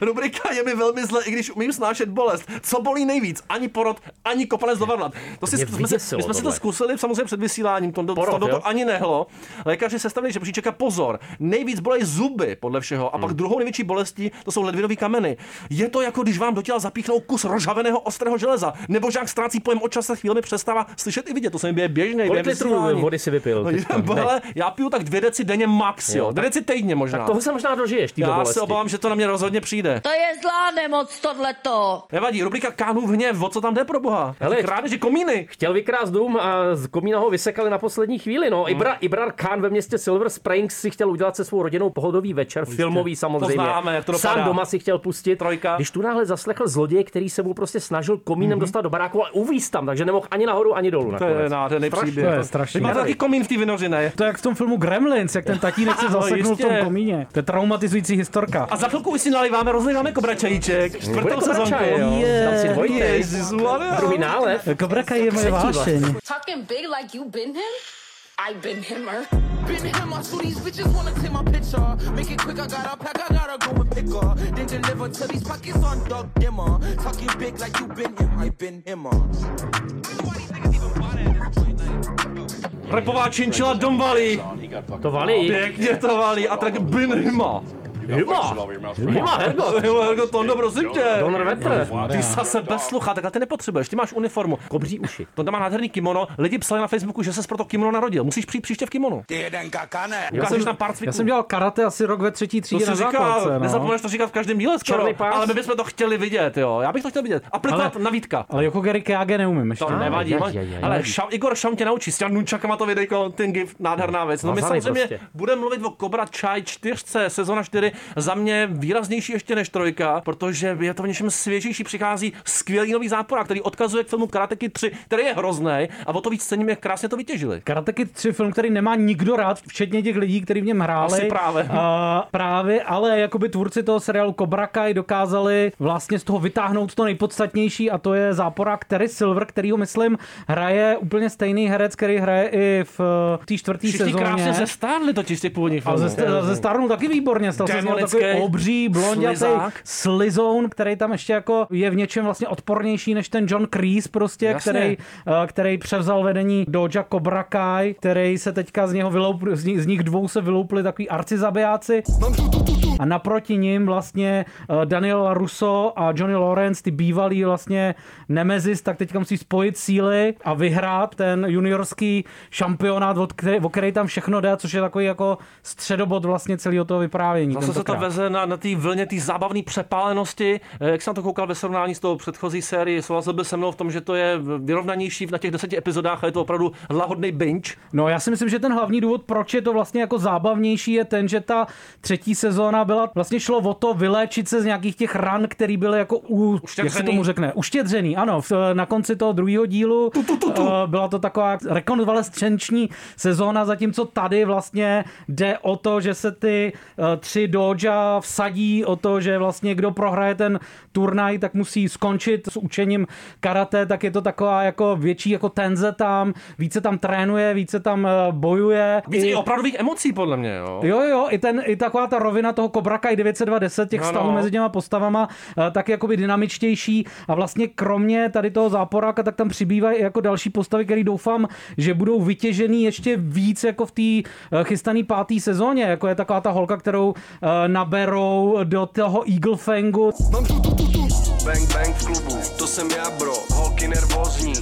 Speaker 7: Rubrika je mi velmi zle, i když umím snášet bolest. Co bolí nejvíc? Ani porod, ani kopanec do varlat. To si,
Speaker 8: Mě
Speaker 7: jsme se,
Speaker 8: vyděsilo
Speaker 7: my jsme si to
Speaker 8: tohle.
Speaker 7: zkusili samozřejmě před vysíláním, to, to,
Speaker 8: Porod,
Speaker 7: to,
Speaker 8: jo?
Speaker 7: to ani nehlo. Lékaři sestavili žebříček a pozor, nejvíc bolí zuby podle všeho a
Speaker 8: Hmm.
Speaker 7: pak druhou největší bolestí to jsou ledvinové kameny. Je to jako když vám do těla zapíchnou kus rozžaveného ostrého železa, nebo žák ztrácí pojem o čase, chvílemi přestává slyšet i vidět, to se mi běje běžné.
Speaker 8: Kolik litrů vody si vypil? teďka?
Speaker 7: No,
Speaker 8: Ne.
Speaker 7: ale já piju tak dvě deci denně max, jo.
Speaker 8: Jo,
Speaker 7: Dvě
Speaker 8: tak-
Speaker 7: deci týdně možná.
Speaker 8: Tak toho se možná dožiješ, týhle
Speaker 7: Já
Speaker 8: bolesti.
Speaker 7: se obávám, že to na mě rozhodně přijde.
Speaker 3: To je zlá nemoc tohleto.
Speaker 7: Nevadí, rubrika Kánův hněv, o co tam jde pro boha? Hele, krádež že komíny.
Speaker 8: Chtěl vykrást dům a z komína ho vysekali na poslední chvíli. No.
Speaker 7: Hmm.
Speaker 8: Ibra, Ibrar Khan ve městě Silver Springs si chtěl udělat se svou rodinou pohodový večer, filmový samozřejmě.
Speaker 7: To známe, jak to dopadá.
Speaker 8: Sám doma si chtěl pustit.
Speaker 7: Trojka. Mhm.
Speaker 8: Když tu náhle zaslechl zloděje, který se mu prostě snažil komínem dostat do baráku a uvíz tam, takže nemohl ani nahoru, ani dolů.
Speaker 7: To je nádherný příběh.
Speaker 9: To je strašný.
Speaker 7: Má taky komín v té vinořině.
Speaker 9: To je jak v tom filmu Gremlins, jak ten tatínek se
Speaker 7: No,
Speaker 9: zaseknul v tom
Speaker 7: jistě.
Speaker 9: komíně. To je traumatizující historka.
Speaker 7: A za chvilku už si naliváme, rozliváme kobračajíček. Čtvrtou
Speaker 9: Bude
Speaker 7: sezónku.
Speaker 9: kobračaj, jo. Dám si dvojitý.
Speaker 8: Druhý nálev.
Speaker 9: Kobraka je moje
Speaker 7: vlastně.
Speaker 9: vášeň.
Speaker 15: Talking big like you been him? I been er. himmer. Been him, I swear these bitches wanna take my picture. Make it quick, I gotta pack, I gotta go and pick her. Then deliver to these pockets on dog dimmer. Talking big like you been him, I been himmer.
Speaker 7: Repová činčila dom valí.
Speaker 8: To valí.
Speaker 7: Pěkně to valí. A tak bin hima.
Speaker 8: Hima.
Speaker 1: Hima, Hergot.
Speaker 7: Jo, Hergot, Tondo, prosím tě.
Speaker 1: Don Rvetr.
Speaker 7: Ty zase bez slucha, takhle ty nepotřebuješ, ty máš uniformu. Kobří uši. Tondo má nádherný kimono, lidi psali na Facebooku, že se pro to kimono narodil. Musíš přijít příště v kimono.
Speaker 1: Ty jeden kakane.
Speaker 7: Já jsem, na pár cviků.
Speaker 9: já jsem dělal karate asi rok ve třetí
Speaker 7: To
Speaker 9: třídě
Speaker 7: jsi
Speaker 9: na
Speaker 7: říkal,
Speaker 9: základce.
Speaker 7: no.
Speaker 9: No.
Speaker 7: nezapomeneš to říkat v každém díle skoro,
Speaker 9: Černý pás.
Speaker 7: ale my bychom to chtěli vidět, jo. Já bych to chtěl vidět. Aplikovat
Speaker 9: Ale-
Speaker 7: na Vítka.
Speaker 9: Ale jako Gary Keage neumím ještě.
Speaker 7: To nevadí,
Speaker 9: Aj,
Speaker 7: ale,
Speaker 9: aj, aj, aj,
Speaker 7: ale
Speaker 9: nevadí.
Speaker 7: šam, Igor Šam tě naučí, s těma nunčakama to videjko, ten gif, nádherná věc. No my
Speaker 8: Mazaný
Speaker 7: samozřejmě
Speaker 8: prostě.
Speaker 7: budeme mluvit o Cobra Chai 4, sezona 4, za mě výraznější ještě než trojka, protože je to v něčem svěžejší, přichází skvělý nový záporák, který odkazuje k filmu Karate Kid 3, který je hrozný a o to víc cením, jak krásně to vytěžili.
Speaker 9: Karate Kid 3 film, který nemá nikdo rád, včetně těch lidí, kteří v něm hráli.
Speaker 7: Asi právě.
Speaker 9: A právě, ale jakoby tvůrci toho seriálu Cobra Kai dokázali vlastně z toho vytáhnout to nejpodstatnější a to je záporák Terry Silver, který ho myslím hraje úplně stejný herec, který hraje i v eh, té čtvrté
Speaker 7: Všichni
Speaker 9: sezóně.
Speaker 7: krásně zestárli totiž ty původní
Speaker 9: A
Speaker 7: filmy.
Speaker 9: ze, sta- ze starnou taky výborně, stal se z něho takový
Speaker 7: Démonický
Speaker 9: obří, blondětej
Speaker 7: slizák.
Speaker 9: slizoun, který tam ještě jako je v něčem vlastně odpornější než ten John Kreese prostě,
Speaker 7: Jasně.
Speaker 9: který, eh, který převzal vedení Doja Cobra Kai, který se teďka z něho vyloup, z, ní, z nich dvou se vyloupili takový arcizabijáci. A naproti nim vlastně eh, Daniel Russo a Johnny Lawrence, ty bývalí vlastně Nemezis, tak teďka musí spojit síly a vyhrát ten juniorský šampionát, od který, o který tam všechno jde, což je takový jako středobod vlastně celého toho vyprávění.
Speaker 7: Zase se to
Speaker 9: tentokrát.
Speaker 7: veze na, na té vlně té zábavné přepálenosti. Eh, Jak jsem na to koukal ve srovnání s tou předchozí sérií, souhlasil by se mnou v tom, že to je vyrovnanější na těch deseti epizodách a je to opravdu lahodný binge.
Speaker 9: No já si myslím, že ten hlavní důvod, proč je to vlastně jako zábavnější, je ten, že ta třetí sezóna byla, vlastně šlo o to vyléčit se z nějakých těch ran, který byly jako u,
Speaker 7: Uštědřený.
Speaker 9: jak se tomu řekne, uštědřený, ano, v, eh, na konci toho druhého dílu tu, tu, tu, tu. byla to taková rekonvalescenční sezóna, zatímco tady vlastně jde o to, že se ty eh, tři doja vsadí o to, že vlastně kdo prohraje ten turnaj, tak musí skončit s učením karate, tak je to taková jako větší jako tenze tam, více tam trénuje, více tam eh, bojuje.
Speaker 7: Víc i opravdových emocí, podle mě, jo.
Speaker 9: Jo, jo, i, ten, i taková ta rovina toho Cobra Kai 920, těch
Speaker 7: No,
Speaker 9: no, vztahů
Speaker 7: no.
Speaker 9: mezi těma postavama, eh, tak je jakoby dynamičtější a vlastně kromě tady toho záporáka, tak tam přibývají i jako další postavy, které doufám, že budou vytěžený ještě víc jako v té eh, chystané páté sezóně, jako je taková ta holka, kterou eh, naberou do toho Eagle Fangu.
Speaker 14: bang bang v klubu, to jsem já bro, holky nervózní,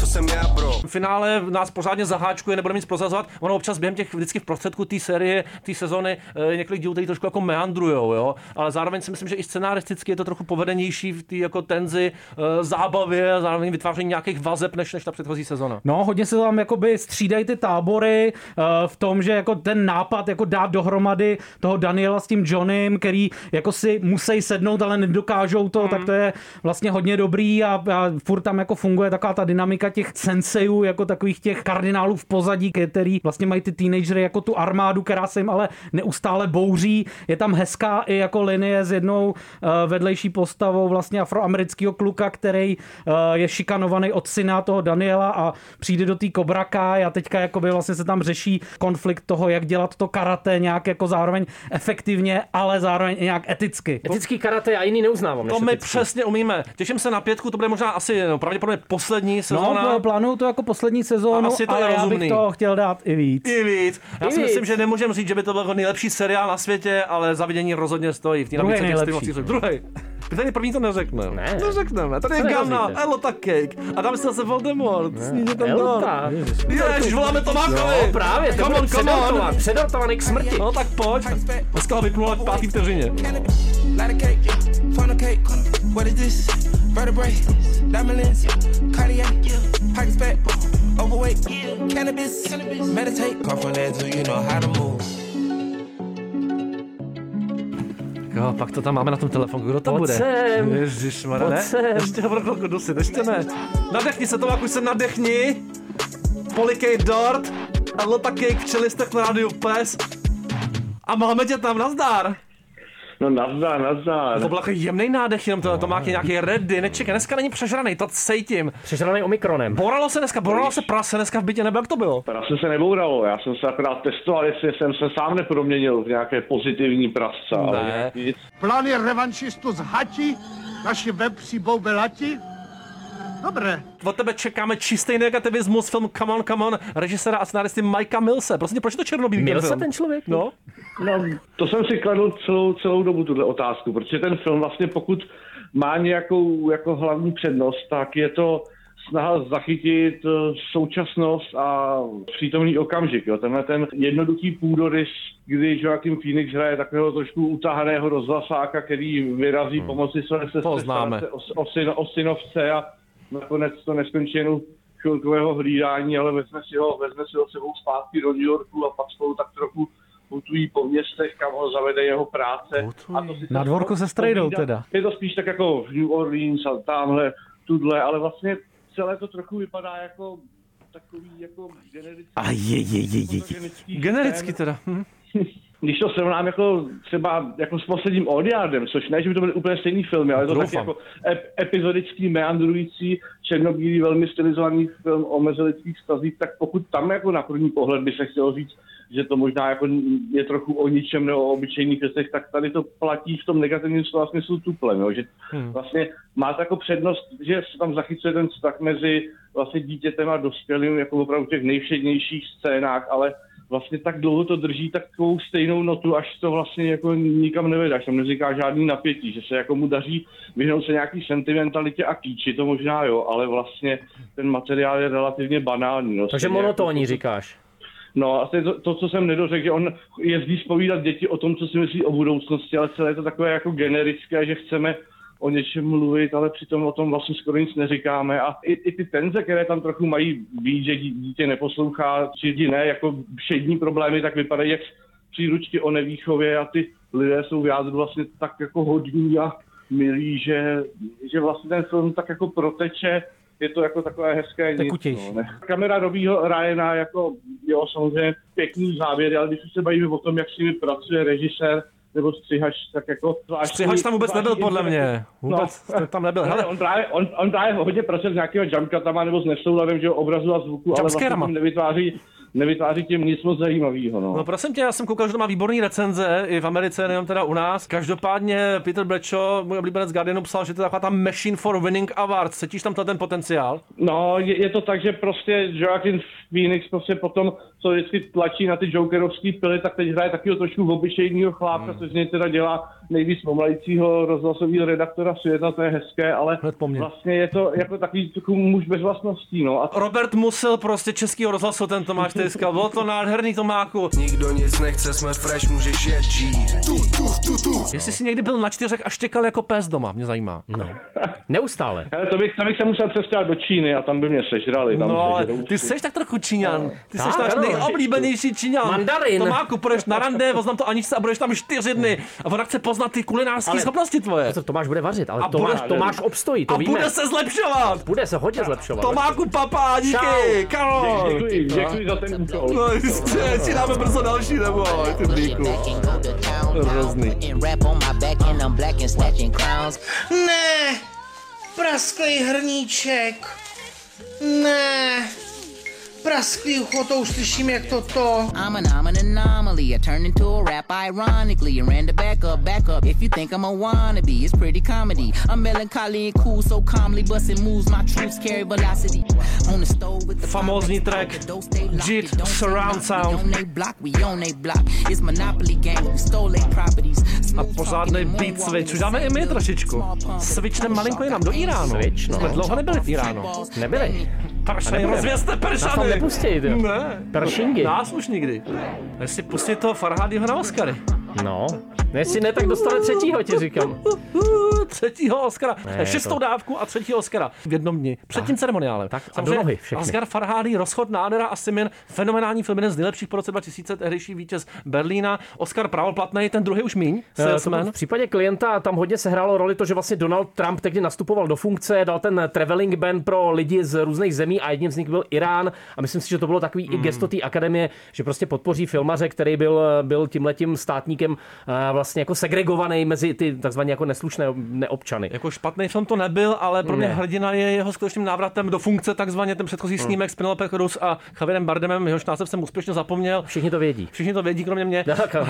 Speaker 14: to jsem já bro.
Speaker 7: V finále nás pořádně zaháčkuje, nebudeme nic prozazovat. Ono občas během těch, vždycky v prostředku té série, té sezony, eh, několik dílů tady trošku jako meandrujou, jo. Ale zároveň si myslím, že i scenaristicky je to trochu povedenější v té jako tenzi, eh, zábavě, zároveň vytváření nějakých vazeb, než, než ta předchozí sezona.
Speaker 9: No, hodně se tam jakoby střídají ty tábory eh, v tom, že jako ten nápad jako dát dohromady toho Daniela s tím Johnnym, který jako si musí sednout, ale nedokážou to, tak to je vlastně hodně dobrý a, a furt tam jako funguje taková ta dynamika těch sensejů, jako takových těch kardinálů v pozadí, který vlastně mají ty teenagery jako tu armádu, která se jim ale neustále bouří. Je tam hezká i jako linie s jednou eh, vedlejší postavou vlastně afroamerického kluka, který eh, je šikanovaný od syna toho Daniela a přijde do té kobraka a teďka jakoby vlastně se tam řeší konflikt toho, jak dělat to karate nějak jako zároveň efektivně, ale zároveň i nějak eticky.
Speaker 8: Etický karate já jiný neuznávám.
Speaker 7: To my přesně umíme. Těším se na pětku, to bude možná asi no, pravděpodobně poslední sezóna.
Speaker 9: No, plánuju to jako poslední sezónu,
Speaker 7: Asi to je
Speaker 9: ale já bych
Speaker 7: rozumný.
Speaker 9: to chtěl dát i víc.
Speaker 7: I víc. Já
Speaker 9: I
Speaker 7: si
Speaker 9: víc.
Speaker 7: myslím, že nemůžeme říct, že by to byl jako nejlepší seriál na světě, ale zavidění rozhodně stojí. V té
Speaker 9: Druhý
Speaker 7: nabídce těch
Speaker 9: nejlepší.
Speaker 7: streamovacích služeb. Druhý. My tady první to neřekneme.
Speaker 8: Ne.
Speaker 7: Neřekneme. Tady je
Speaker 8: To
Speaker 7: Gamma,
Speaker 8: nehrozíte.
Speaker 7: Elota Cake. A dám si zase Voldemort. Sníže ten
Speaker 8: Elota.
Speaker 7: dort. Ježiš, voláme Tomákovi.
Speaker 8: No, právě, to
Speaker 7: come on,
Speaker 8: bude
Speaker 7: come on.
Speaker 8: předortovaný, předortovaný k smrti.
Speaker 7: No tak pojď. Dneska ho vypnula k pátý vteřině.
Speaker 15: Light a cake, funnel cake. What is this? Vertebrae, diamonds, cardiac, pockets back, overweight, cannabis, meditate. Come from that, so you know how to move.
Speaker 7: Jo, pak to tam máme na tom telefonu. Kdo to
Speaker 8: Pojď
Speaker 7: bude?
Speaker 8: sem.
Speaker 7: Ježiš, Mara,
Speaker 8: Pojď
Speaker 7: ne?
Speaker 8: sem.
Speaker 7: Ještě ho pro chvilku dusit, ještě ne. Nadechni se, Tomáku, už se nadechni. Polikej dort. Elota Cake v čelistech na rádiu Pes. A máme tě tam, nazdar.
Speaker 16: No nazdar, nazdar.
Speaker 7: To byl takový jemný nádech, jenom to, to má nějaký ready, nečekaj, dneska není přežraný, to cítím.
Speaker 8: Přežraný omikronem.
Speaker 7: Boralo se dneska, boralo se prase dneska v bytě, nebo jak to bylo?
Speaker 16: Prase se nebouralo, já jsem se akorát testoval, jestli jsem se sám neproměnil v nějaké pozitivní prasce, ale
Speaker 17: Ne.
Speaker 16: nějak nic.
Speaker 17: Plány revanšistů z Hati, naši vepři boubelati. Dobré.
Speaker 7: Od tebe čekáme čistý negativismus, film Come on, come on, režisera a scenáristy Mikea Milse. Prosím tě, proč je to černobílý ten
Speaker 16: Milse
Speaker 7: film?
Speaker 16: ten
Speaker 8: člověk?
Speaker 7: No.
Speaker 16: No, to jsem si kladl celou, celou dobu, tuhle otázku, protože ten film vlastně pokud má nějakou jako hlavní přednost, tak je to snaha zachytit eh, současnost a přítomný okamžik. Jo. Tenhle ten jednoduchý půdorys, kdy Joaquin Phoenix hraje takového trošku utahaného rozhlasáka, který vyrazí pomoci své sestře,
Speaker 7: Hmm. To známe.
Speaker 16: stará se o, o, syn, o synovce a nakonec to neskončí jenom chvilkového hlídání, ale vezme si ho, vezme si ho sebou zpátky do New Yorku a pak spolu tak trochu putují po městech, kam ho zavede jeho práce. A to si
Speaker 9: Na dvorku se strejdou
Speaker 16: povídá.
Speaker 9: teda.
Speaker 16: Je to spíš tak jako v New Orleans a tamhle, tudle, ale vlastně celé to trochu vypadá jako takový jako generický.
Speaker 7: A je, je, je, je,
Speaker 16: je.
Speaker 7: Genericky teda. Hm.
Speaker 16: Když to srovnám jako třeba jako s posledním Odiardem, což ne, že by to byly úplně stejný filmy, ale je to taky
Speaker 7: Doufám.
Speaker 16: jako ep- epizodický, meandrující, černobílý, velmi stylizovaný film o mezilidských stazích, tak pokud tam jako na první pohled by se chtělo říct, že to možná jako je trochu o ničem nebo o obyčejných věcech, tak tady to platí v tom negativním slova smyslu tuplem, jo? že
Speaker 7: Hmm.
Speaker 16: vlastně má to jako přednost, že se tam zachycuje ten vztah mezi vlastně dítětem a dospělým, jako opravdu v těch nejvšednějších scénách, ale vlastně tak dlouho to drží takovou stejnou notu, až to vlastně jako nikam nevede, až tam nevzniká žádný napětí, že se jako mu daří vyhnout se nějaký sentimentalitě a kýči, to možná jo, ale vlastně ten materiál je relativně banální. No,
Speaker 8: Takže
Speaker 16: Stejně jako-
Speaker 8: monotónní říkáš.
Speaker 16: No, asi to, to, co jsem nedořekl, že on jezdí zpovídat děti o tom, co si myslí o budoucnosti, ale celé je to takové jako generické, že chceme o něčem mluvit, ale přitom o tom vlastně skoro nic neříkáme. A i, i ty tenze, které tam trochu mají víc, že dí- dítě neposlouchá, či jiné jako všední problémy, tak vypadají jak z příručky o nevýchově a ty lidé jsou v jádru vlastně tak jako hodní a milí, že, že vlastně ten film tak jako proteče je to jako takové hezké
Speaker 9: Tekutější.
Speaker 16: nic, no, ne. Kamera Robího Ryana jako, jo, samozřejmě pěkný závěr, ale když už se bavíme o tom, jak s nimi pracuje režisér nebo střihač, tak jako... zvláštní-
Speaker 7: Střihač tam vůbec
Speaker 16: zvláštní
Speaker 7: nebyl, podle
Speaker 16: interakce.
Speaker 7: mě. Vůbec tam nebyl.
Speaker 16: Ne,
Speaker 7: Hele.
Speaker 16: on, právě, on, on právě hodně pracuje s nějakými jumpcutama nebo s nesouladem že jo, obrazu a zvuku, ale vlastně
Speaker 7: Jumpscarama.
Speaker 16: tam nevytváří nevytváří tím nic moc zajímavého. No.
Speaker 7: No prosím tě, já jsem koukal, že to má výborný recenze i v Americe, nejenom teda u nás. Každopádně Peter Brečo, můj oblíbenec Guardianu, psal, že to je taková ta machine for winning awards. Cítíš tam tenhle ten potenciál?
Speaker 16: No, je, je to tak, že prostě Joaquin Phoenix prostě potom, co vždycky tlačí na ty jokerovský pily, tak teď hraje takového trošku obyčejného chlápka,
Speaker 7: Hmm.
Speaker 16: což z něj teda dělá nejvíc pomlajícího rozhlasového redaktora světa, to je hezké, ale vlastně je to jako takový trochu muž bez vlastností, no. A
Speaker 7: Robert musel prostě českýho rozhlasu ten Tomáš Tejska. Bylo to nádherný Tomáku.
Speaker 14: Nikdo nic nechce, jsme fresh, můžeš je žít. Tu, tu, tu, tu.
Speaker 7: Jestli jsi někdy byl na čtyřech a štěkal jako pes doma, mě zajímá. No. Neustále.
Speaker 16: Hele, to bych, to bych se musel přestěhovat do Číny a tam by mě sežrali. Tam
Speaker 7: No, ale
Speaker 16: sežerou
Speaker 7: ty
Speaker 16: Číny.
Speaker 7: jsi tak trochu Číňan. Ty jsi
Speaker 16: Tak,
Speaker 7: náš
Speaker 16: ano.
Speaker 7: nejoblíbenější Číňan.
Speaker 16: Mandarin.
Speaker 7: Tomáku, půjdeš na rande, oznam to Aničce a budeš tam čtyři dny. A ona chce poznat ty kulinářské
Speaker 8: Ale-
Speaker 7: schopnosti tvoje.
Speaker 8: To Tomáš bude vařit, ale
Speaker 7: A
Speaker 8: Tomáš,
Speaker 7: bude-
Speaker 8: Tomáš obstojí, to
Speaker 7: a
Speaker 8: víme.
Speaker 7: bude se zlepšovat.
Speaker 8: Bude se hodně zlepšovat.
Speaker 7: Tomáku, papa, díky,
Speaker 8: Čau.
Speaker 7: Karol.
Speaker 16: Děkuji, děkuji za ten úkol.
Speaker 7: No, jistě, si dáme brzo další, nebo ty bíku. Hrozný.
Speaker 18: And rap on my back and I'm black and snatching crowns.
Speaker 6: Ne, prasklý hrníček. Ne, prasklý ucho, to už slyším, jak to to.
Speaker 18: I'm an, I'm an anomaly. I turned into a rap ironically and ran the back up, back up. If you think I'm a wannabe, it's pretty comedy. I'm melancholy and cool, so calmly busting moves. My troops carry velocity. On the stove with the
Speaker 7: Famózní track Jit Surround Sound
Speaker 18: they block, we on they block. It's Monopoly game, we stole their properties.
Speaker 7: a pořádný beat switch. Už dáme i my trošičku. Switchneme malinko jinam do Iránu.
Speaker 8: Switch, no.
Speaker 7: Jsme dlouho nebyli v Iránu.
Speaker 8: Nebyli. A
Speaker 7: Peršany,
Speaker 8: nebudeme.
Speaker 7: rozvězte
Speaker 8: Nás tam
Speaker 7: peršany.
Speaker 8: nepustí, ty.
Speaker 7: Ne.
Speaker 8: Peršingy.
Speaker 7: Nás už nikdy. A jestli pustit toho Farhadího na Oscary.
Speaker 8: No, ne, jestli ne, tak dostane třetího, ti říkám.
Speaker 7: Třetího Oscara.
Speaker 8: Ne,
Speaker 7: Šestou
Speaker 8: to-
Speaker 7: dávku a třetího Oscara. V jednom dni. Před tím ceremoniálem. Tak
Speaker 8: a do nohy všechny.
Speaker 7: Asghar Farhadi, rozchod nádhera a Simin, fenomenální film, jeden z nejlepších po roce 2000, tehdejší vítěz Berlína. Oscar pravoplatný, ten druhý už míň.
Speaker 8: Eh, to
Speaker 7: Salesman.
Speaker 8: bylo V případě klienta tam hodně sehrálo roli to, že vlastně Donald Trump tehdy nastupoval do funkce, dal ten eh, traveling ban pro lidi z různých zemí a jedním z nich byl Irán. A myslím si, že to bylo takový
Speaker 7: Hmm.
Speaker 8: i gesto té akademie, že prostě podpoří filmaře, který byl, eh, byl tímhletím státníkem eh, vlastně jako segregovaný mezi ty takzvaně jako neslušné neobčany.
Speaker 7: Jako špatný film to nebyl, ale pro mě
Speaker 8: Ne.
Speaker 7: hrdina je jeho skutečným návratem do funkce, takzvaně ten předchozí
Speaker 8: Hmm.
Speaker 7: snímek s Penelope Cruz a Javierem Bardemem, jehož název jsem úspěšně zapomněl.
Speaker 8: Všichni to vědí.
Speaker 7: Všichni to vědí, kromě mě.
Speaker 8: Tak, ano.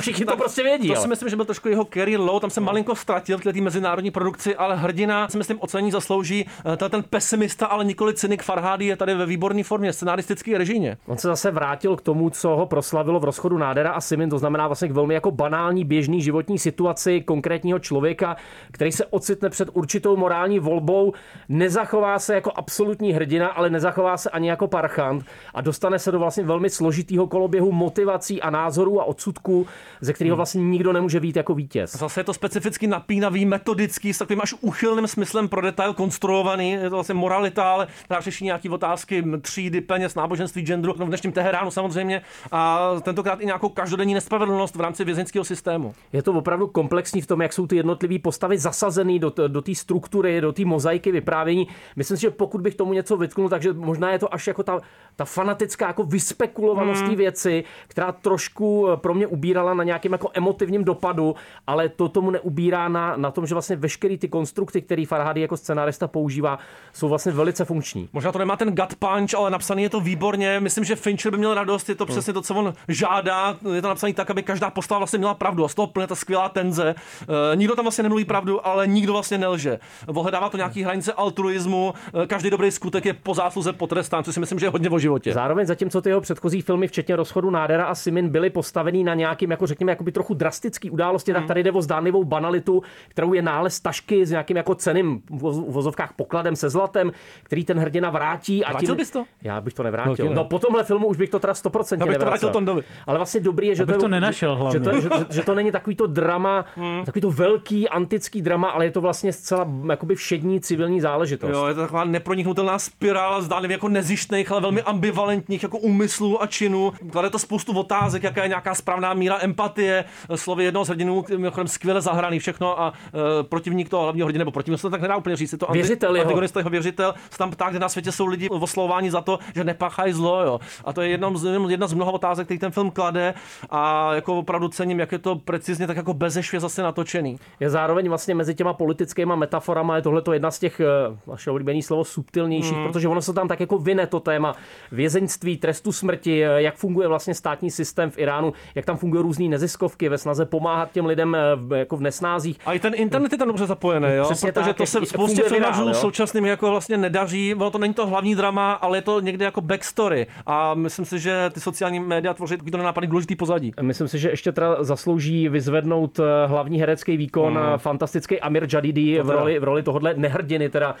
Speaker 8: Všichni to prostě vědí,
Speaker 7: To
Speaker 8: ale. Hmm.
Speaker 7: si myslím, že byl trošku jeho career low, tam jsem malinko ztratil v té mezinárodní produkci, ale hrdina si myslím ocení zaslouží. Eh, tenhle ten pesimista, ale nikoli cynik Farhadi je tady ve výborné formě, scenaristický režijně.
Speaker 8: On se zase vrátil k tomu, co ho proslavilo v rozchodu nádera a Simin, to znamená vlastně k velmi jako banální běžný životní situaci konkrétního člověka, který se ocitne před určitou morální volbou, nezachová se jako absolutní hrdina, ale nezachová se ani jako parchant a dostane se do vlastně velmi složitého koloběhu motivací a názorů a odsudků, ze kterého
Speaker 7: Hmm.
Speaker 8: vlastně nikdo nemůže být jako vítěz.
Speaker 7: Zase je to specificky napínavý, metodický, s takovým až uchylným smyslem pro detail konstruovaný. Je to vlastně moralita, ale která řeší nějaké otázky třídy, peněz, náboženství, genderu, no v dnešním Teheránu samozřejmě. A tentokrát i nějakou každodenní nespravedlnost v rámci vězeňského systému.
Speaker 8: Je to opravdu komplexní v tom, jak jsou ty jednotlivé postavy zasazené do, t- do té struktury, do té mozaiky vyprávění. Myslím si, že pokud bych tomu něco vytknul, takže možná je to až jako ta, ta fanatická jako vyspekulovanost
Speaker 7: Hmm.
Speaker 8: té věci, která trošku eh, pro mě ubírala na nějakém jako emotivním dopadu, ale to tomu neubírá na, na tom, že vlastně veškeré ty konstrukty, které Farhadi jako scenárista používá, jsou vlastně velice funkční.
Speaker 7: Možná to nemá ten gut punch, ale napsaný je to výborně. Myslím, že Fincher by měl radost, je to přesně to, co on žádá. Je to napsaný tak, aby každá postava vlastně měla pravdu. A z toho plyne ta skvělá tenze. Eh, nikdo tam vlastně nemluví pravdu, ale nikdo vlastně nelže. Ohledává to nějaký hranice altruismu. Eh, každý dobrý skutek je po zásluze potrestán, což si myslím, že je hodně o životě.
Speaker 8: Zároveň zatímco ty jeho předchozí filmy, včetně rozchodu nádera a Simin, byly postavený na nějakým, jako řekněme, jakoby trochu drastický události,
Speaker 7: Hmm.
Speaker 8: tak tady jde o zdánlivou banalitu, kterou je nález tašky s nějakým jako ceným v voz- v vozovkách pokladem se zlatem, který ten hrdina vrátí. A
Speaker 7: Vrátil bys to?
Speaker 8: Já bych to
Speaker 7: No, ty
Speaker 8: nevrátil.
Speaker 7: ne.
Speaker 8: No, po tomhle filmu už bych to teda 100%
Speaker 7: Já bych to
Speaker 8: nevrátil.
Speaker 7: vrátil Tondovi.
Speaker 8: Ale vlastně dobrý je, že
Speaker 9: Já bych
Speaker 8: je-
Speaker 9: to nenašel
Speaker 8: že, to,
Speaker 9: hlavně.
Speaker 8: že, že, že, to není takový to drama, takový to velký antický drama, ale je to vlastně zcela jakoby všední civilní záležitost.
Speaker 7: Jo, je to taková neproniknutelná spirála zdánlivě jako nezištných, ale velmi ambivalentních jako úmyslů a činů. Klade to spoustu otázek, jaká je nějaká správná míra empatie, slovy jednoho z hrdinů, který je mimochodem skvěle zahraný všechno a e, protivník toho hlavního hrdiny, nebo protivník se to tak nedá úplně říct, je to anti-
Speaker 8: Věřitel jeho.
Speaker 7: antagonista jeho věřitel, se tam ptá, kde na světě jsou lidi oslovováni za to, že nepáchají zlo. Jo. A to je jednom z, jedna z mnoha otázek, který ten film klade a jako opravdu cením, jak je to precizně tak jako bezešvě zase natočený.
Speaker 8: Je zároveň vlastně mezi těma politickýma metaforama je tohle jedna z těch eh, vaše oblíbené slovo subtilnějších,
Speaker 7: Mm.
Speaker 8: mm. protože ono se tam tak jako vyne to téma vězeňství, trestu smrti, eh, jak funguje vlastně státní systém v Iránu, jak tam fungují různé neziskovky ve snaze pomáhat těm lidem eh, v- jako v nesnázích.
Speaker 7: A i ten internet je tam dobře zapojený, jo?
Speaker 8: Přesně
Speaker 7: protože
Speaker 8: tak,
Speaker 7: to
Speaker 8: jak-
Speaker 7: se
Speaker 8: jak
Speaker 7: spoustě
Speaker 8: funguje
Speaker 7: filmařů
Speaker 8: virál, jo?
Speaker 7: současným jako vlastně nedaří, ono to není to hlavní drama, ale je to někde jako backstory a myslím si, že ty sociální média tvoří takový to nenápadný důležitý pozadí.
Speaker 8: Myslím si, že ještě teda zaslouží vyzvednout eh, hlavní herecký výkon
Speaker 7: Mm.
Speaker 8: mm. fantastický Amir Jadidi
Speaker 7: To
Speaker 8: v
Speaker 7: teda.
Speaker 8: roli, v roli tohohle nehrdiny, teda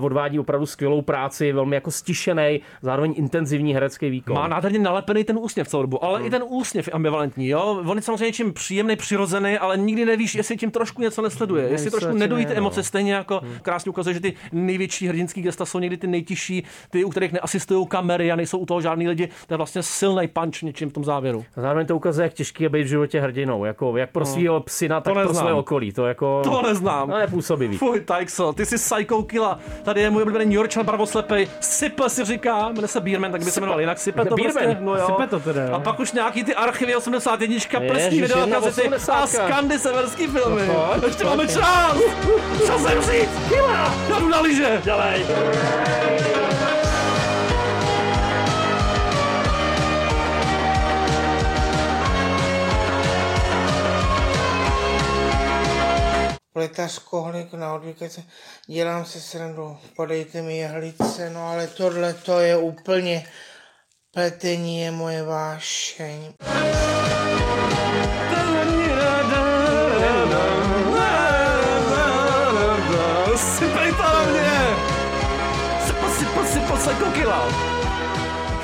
Speaker 8: eh, odvádí opravdu skvělou práci, velmi jako stišený, zároveň intenzivní herecký výkon.
Speaker 7: Má nádherně nalepený ten úsměv celou dobu, ale i ten úsměv je ambivalentní, jo? On je samozřejmě něčím příjemný, přirozený, ale nikdy nevíš, jestli tím trošku něco nesleduje,
Speaker 8: Ne,
Speaker 7: jestli
Speaker 8: jestli
Speaker 7: trošku
Speaker 8: zatím
Speaker 7: nedojí ty
Speaker 8: ne, no.
Speaker 7: emoce, stejně jako krásně ukazuje, že ty největší hrdinský gesta jsou někdy ty nejtižší, ty, u kterých neasistují kamery a nejsou u toho žádný lidi, to je vlastně silný punch něčím v tom závěru.
Speaker 8: Zároveň to ukazuje, jak těžký je být v životě hrdinou. Jako, jak pro
Speaker 7: No.
Speaker 8: svého psyna,
Speaker 7: To
Speaker 8: tak pro
Speaker 7: neznám.
Speaker 8: své okolí. To, jako,
Speaker 7: To neznám.
Speaker 8: To je působivý.
Speaker 7: Fuj, Tajxo, ty jsi psycho killa. Tady je můj oblíbený New Yorkčan barvoslepej. Sipe si říká, jmenuje se Bírmen, tak by se
Speaker 8: Sipe.
Speaker 7: jmenoval jinak. Sipe to
Speaker 8: Bierman.
Speaker 7: prostě, no jo.
Speaker 9: Sype to teda, jo.
Speaker 7: A pak už nějaký ty archivy 81, plesní
Speaker 8: Ježiš,
Speaker 7: videa,
Speaker 8: jedna
Speaker 7: kazety a
Speaker 8: 80.
Speaker 7: skandy severský filmy.
Speaker 8: No tak,
Speaker 7: Ještě
Speaker 8: tak.
Speaker 7: máme čas! Čas zemřít! Killa! Já jdu na liže! Dělej!
Speaker 6: Pletař, kohlik na odvykace, dělám se srandu, podejte mi jehlice, no ale tohle to je úplně, pletení je moje vášeň.
Speaker 8: Hmm,
Speaker 7: Sypej to na mě! Sypa, sypa, sypa, psycho killa!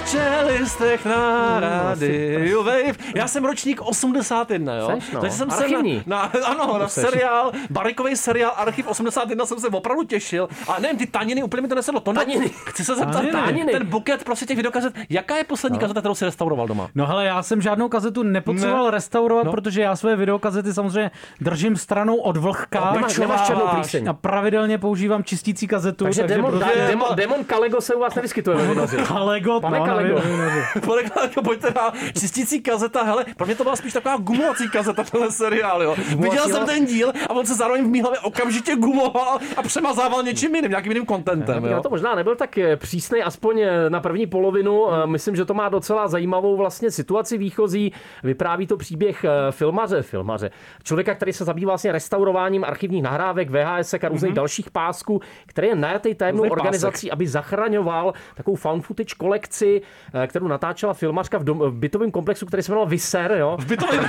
Speaker 7: V čelistech nárady. Jo, wave. Já jsem ročník 81, jo?
Speaker 8: Seš, no.
Speaker 7: Takže jsem se na,
Speaker 8: Archivní.
Speaker 7: na, ano,
Speaker 8: No,
Speaker 7: na
Speaker 8: seš.
Speaker 7: seriál, barikový seriál Archiv 81 jsem se opravdu těšil. A nevím, ty taniny, úplně mi to nesedlo. To taniny. Chci se zeptat,
Speaker 9: Taniny.
Speaker 7: taniny. ten buket prostě těch videokazet, jaká je
Speaker 8: No.
Speaker 7: poslední kazeta, kterou si restauroval doma?
Speaker 9: No hele, já jsem žádnou kazetu nepotřeboval
Speaker 7: Ne.
Speaker 9: restaurovat,
Speaker 7: No.
Speaker 9: protože já své videokazety samozřejmě držím stranou od vlhka.
Speaker 8: No, nemáš- nemáš černou plíseň.
Speaker 9: A pravidelně používám čistící kazetu.
Speaker 8: Takže, demon,
Speaker 9: prostě-
Speaker 8: da, demon, demon Kalego se u vás nevyskytuje. ve vinaři.
Speaker 9: Kalego,
Speaker 8: Pane
Speaker 9: no,
Speaker 8: Kalego.
Speaker 9: nevím, nevím.
Speaker 7: Pane Klárko, pojď teda, čistící kazeta, hele, pro mě to byla spíš taková gumovací kazeta, tenhle seriál, jo. Viděl jsem
Speaker 8: la-
Speaker 7: ten díl a on se zároveň v mý hlavě okamžitě gumoval a přemazával něčím jiným, nějakým jiným kontentem,
Speaker 8: Já
Speaker 7: jo.
Speaker 8: to možná nebyl tak eh, přísnej, aspoň eh, na první polovinu. Eh, Myslím, že to má docela zajímavou vlastně situaci výchozí. Vypráví to příběh eh, filmaře, filmaře, člověka, který se zabývá vlastně restaurováním archivních nahrávek, VHS a různých dalších pásků, který je najatý tajemnou
Speaker 7: Různých
Speaker 8: organizací, aby zachraňoval takovou found footage kolekci, eh, kterou natáčela filmařka v, dom, v bytovém komplexu, který se jmenoval Viser, jo. V
Speaker 7: bytovém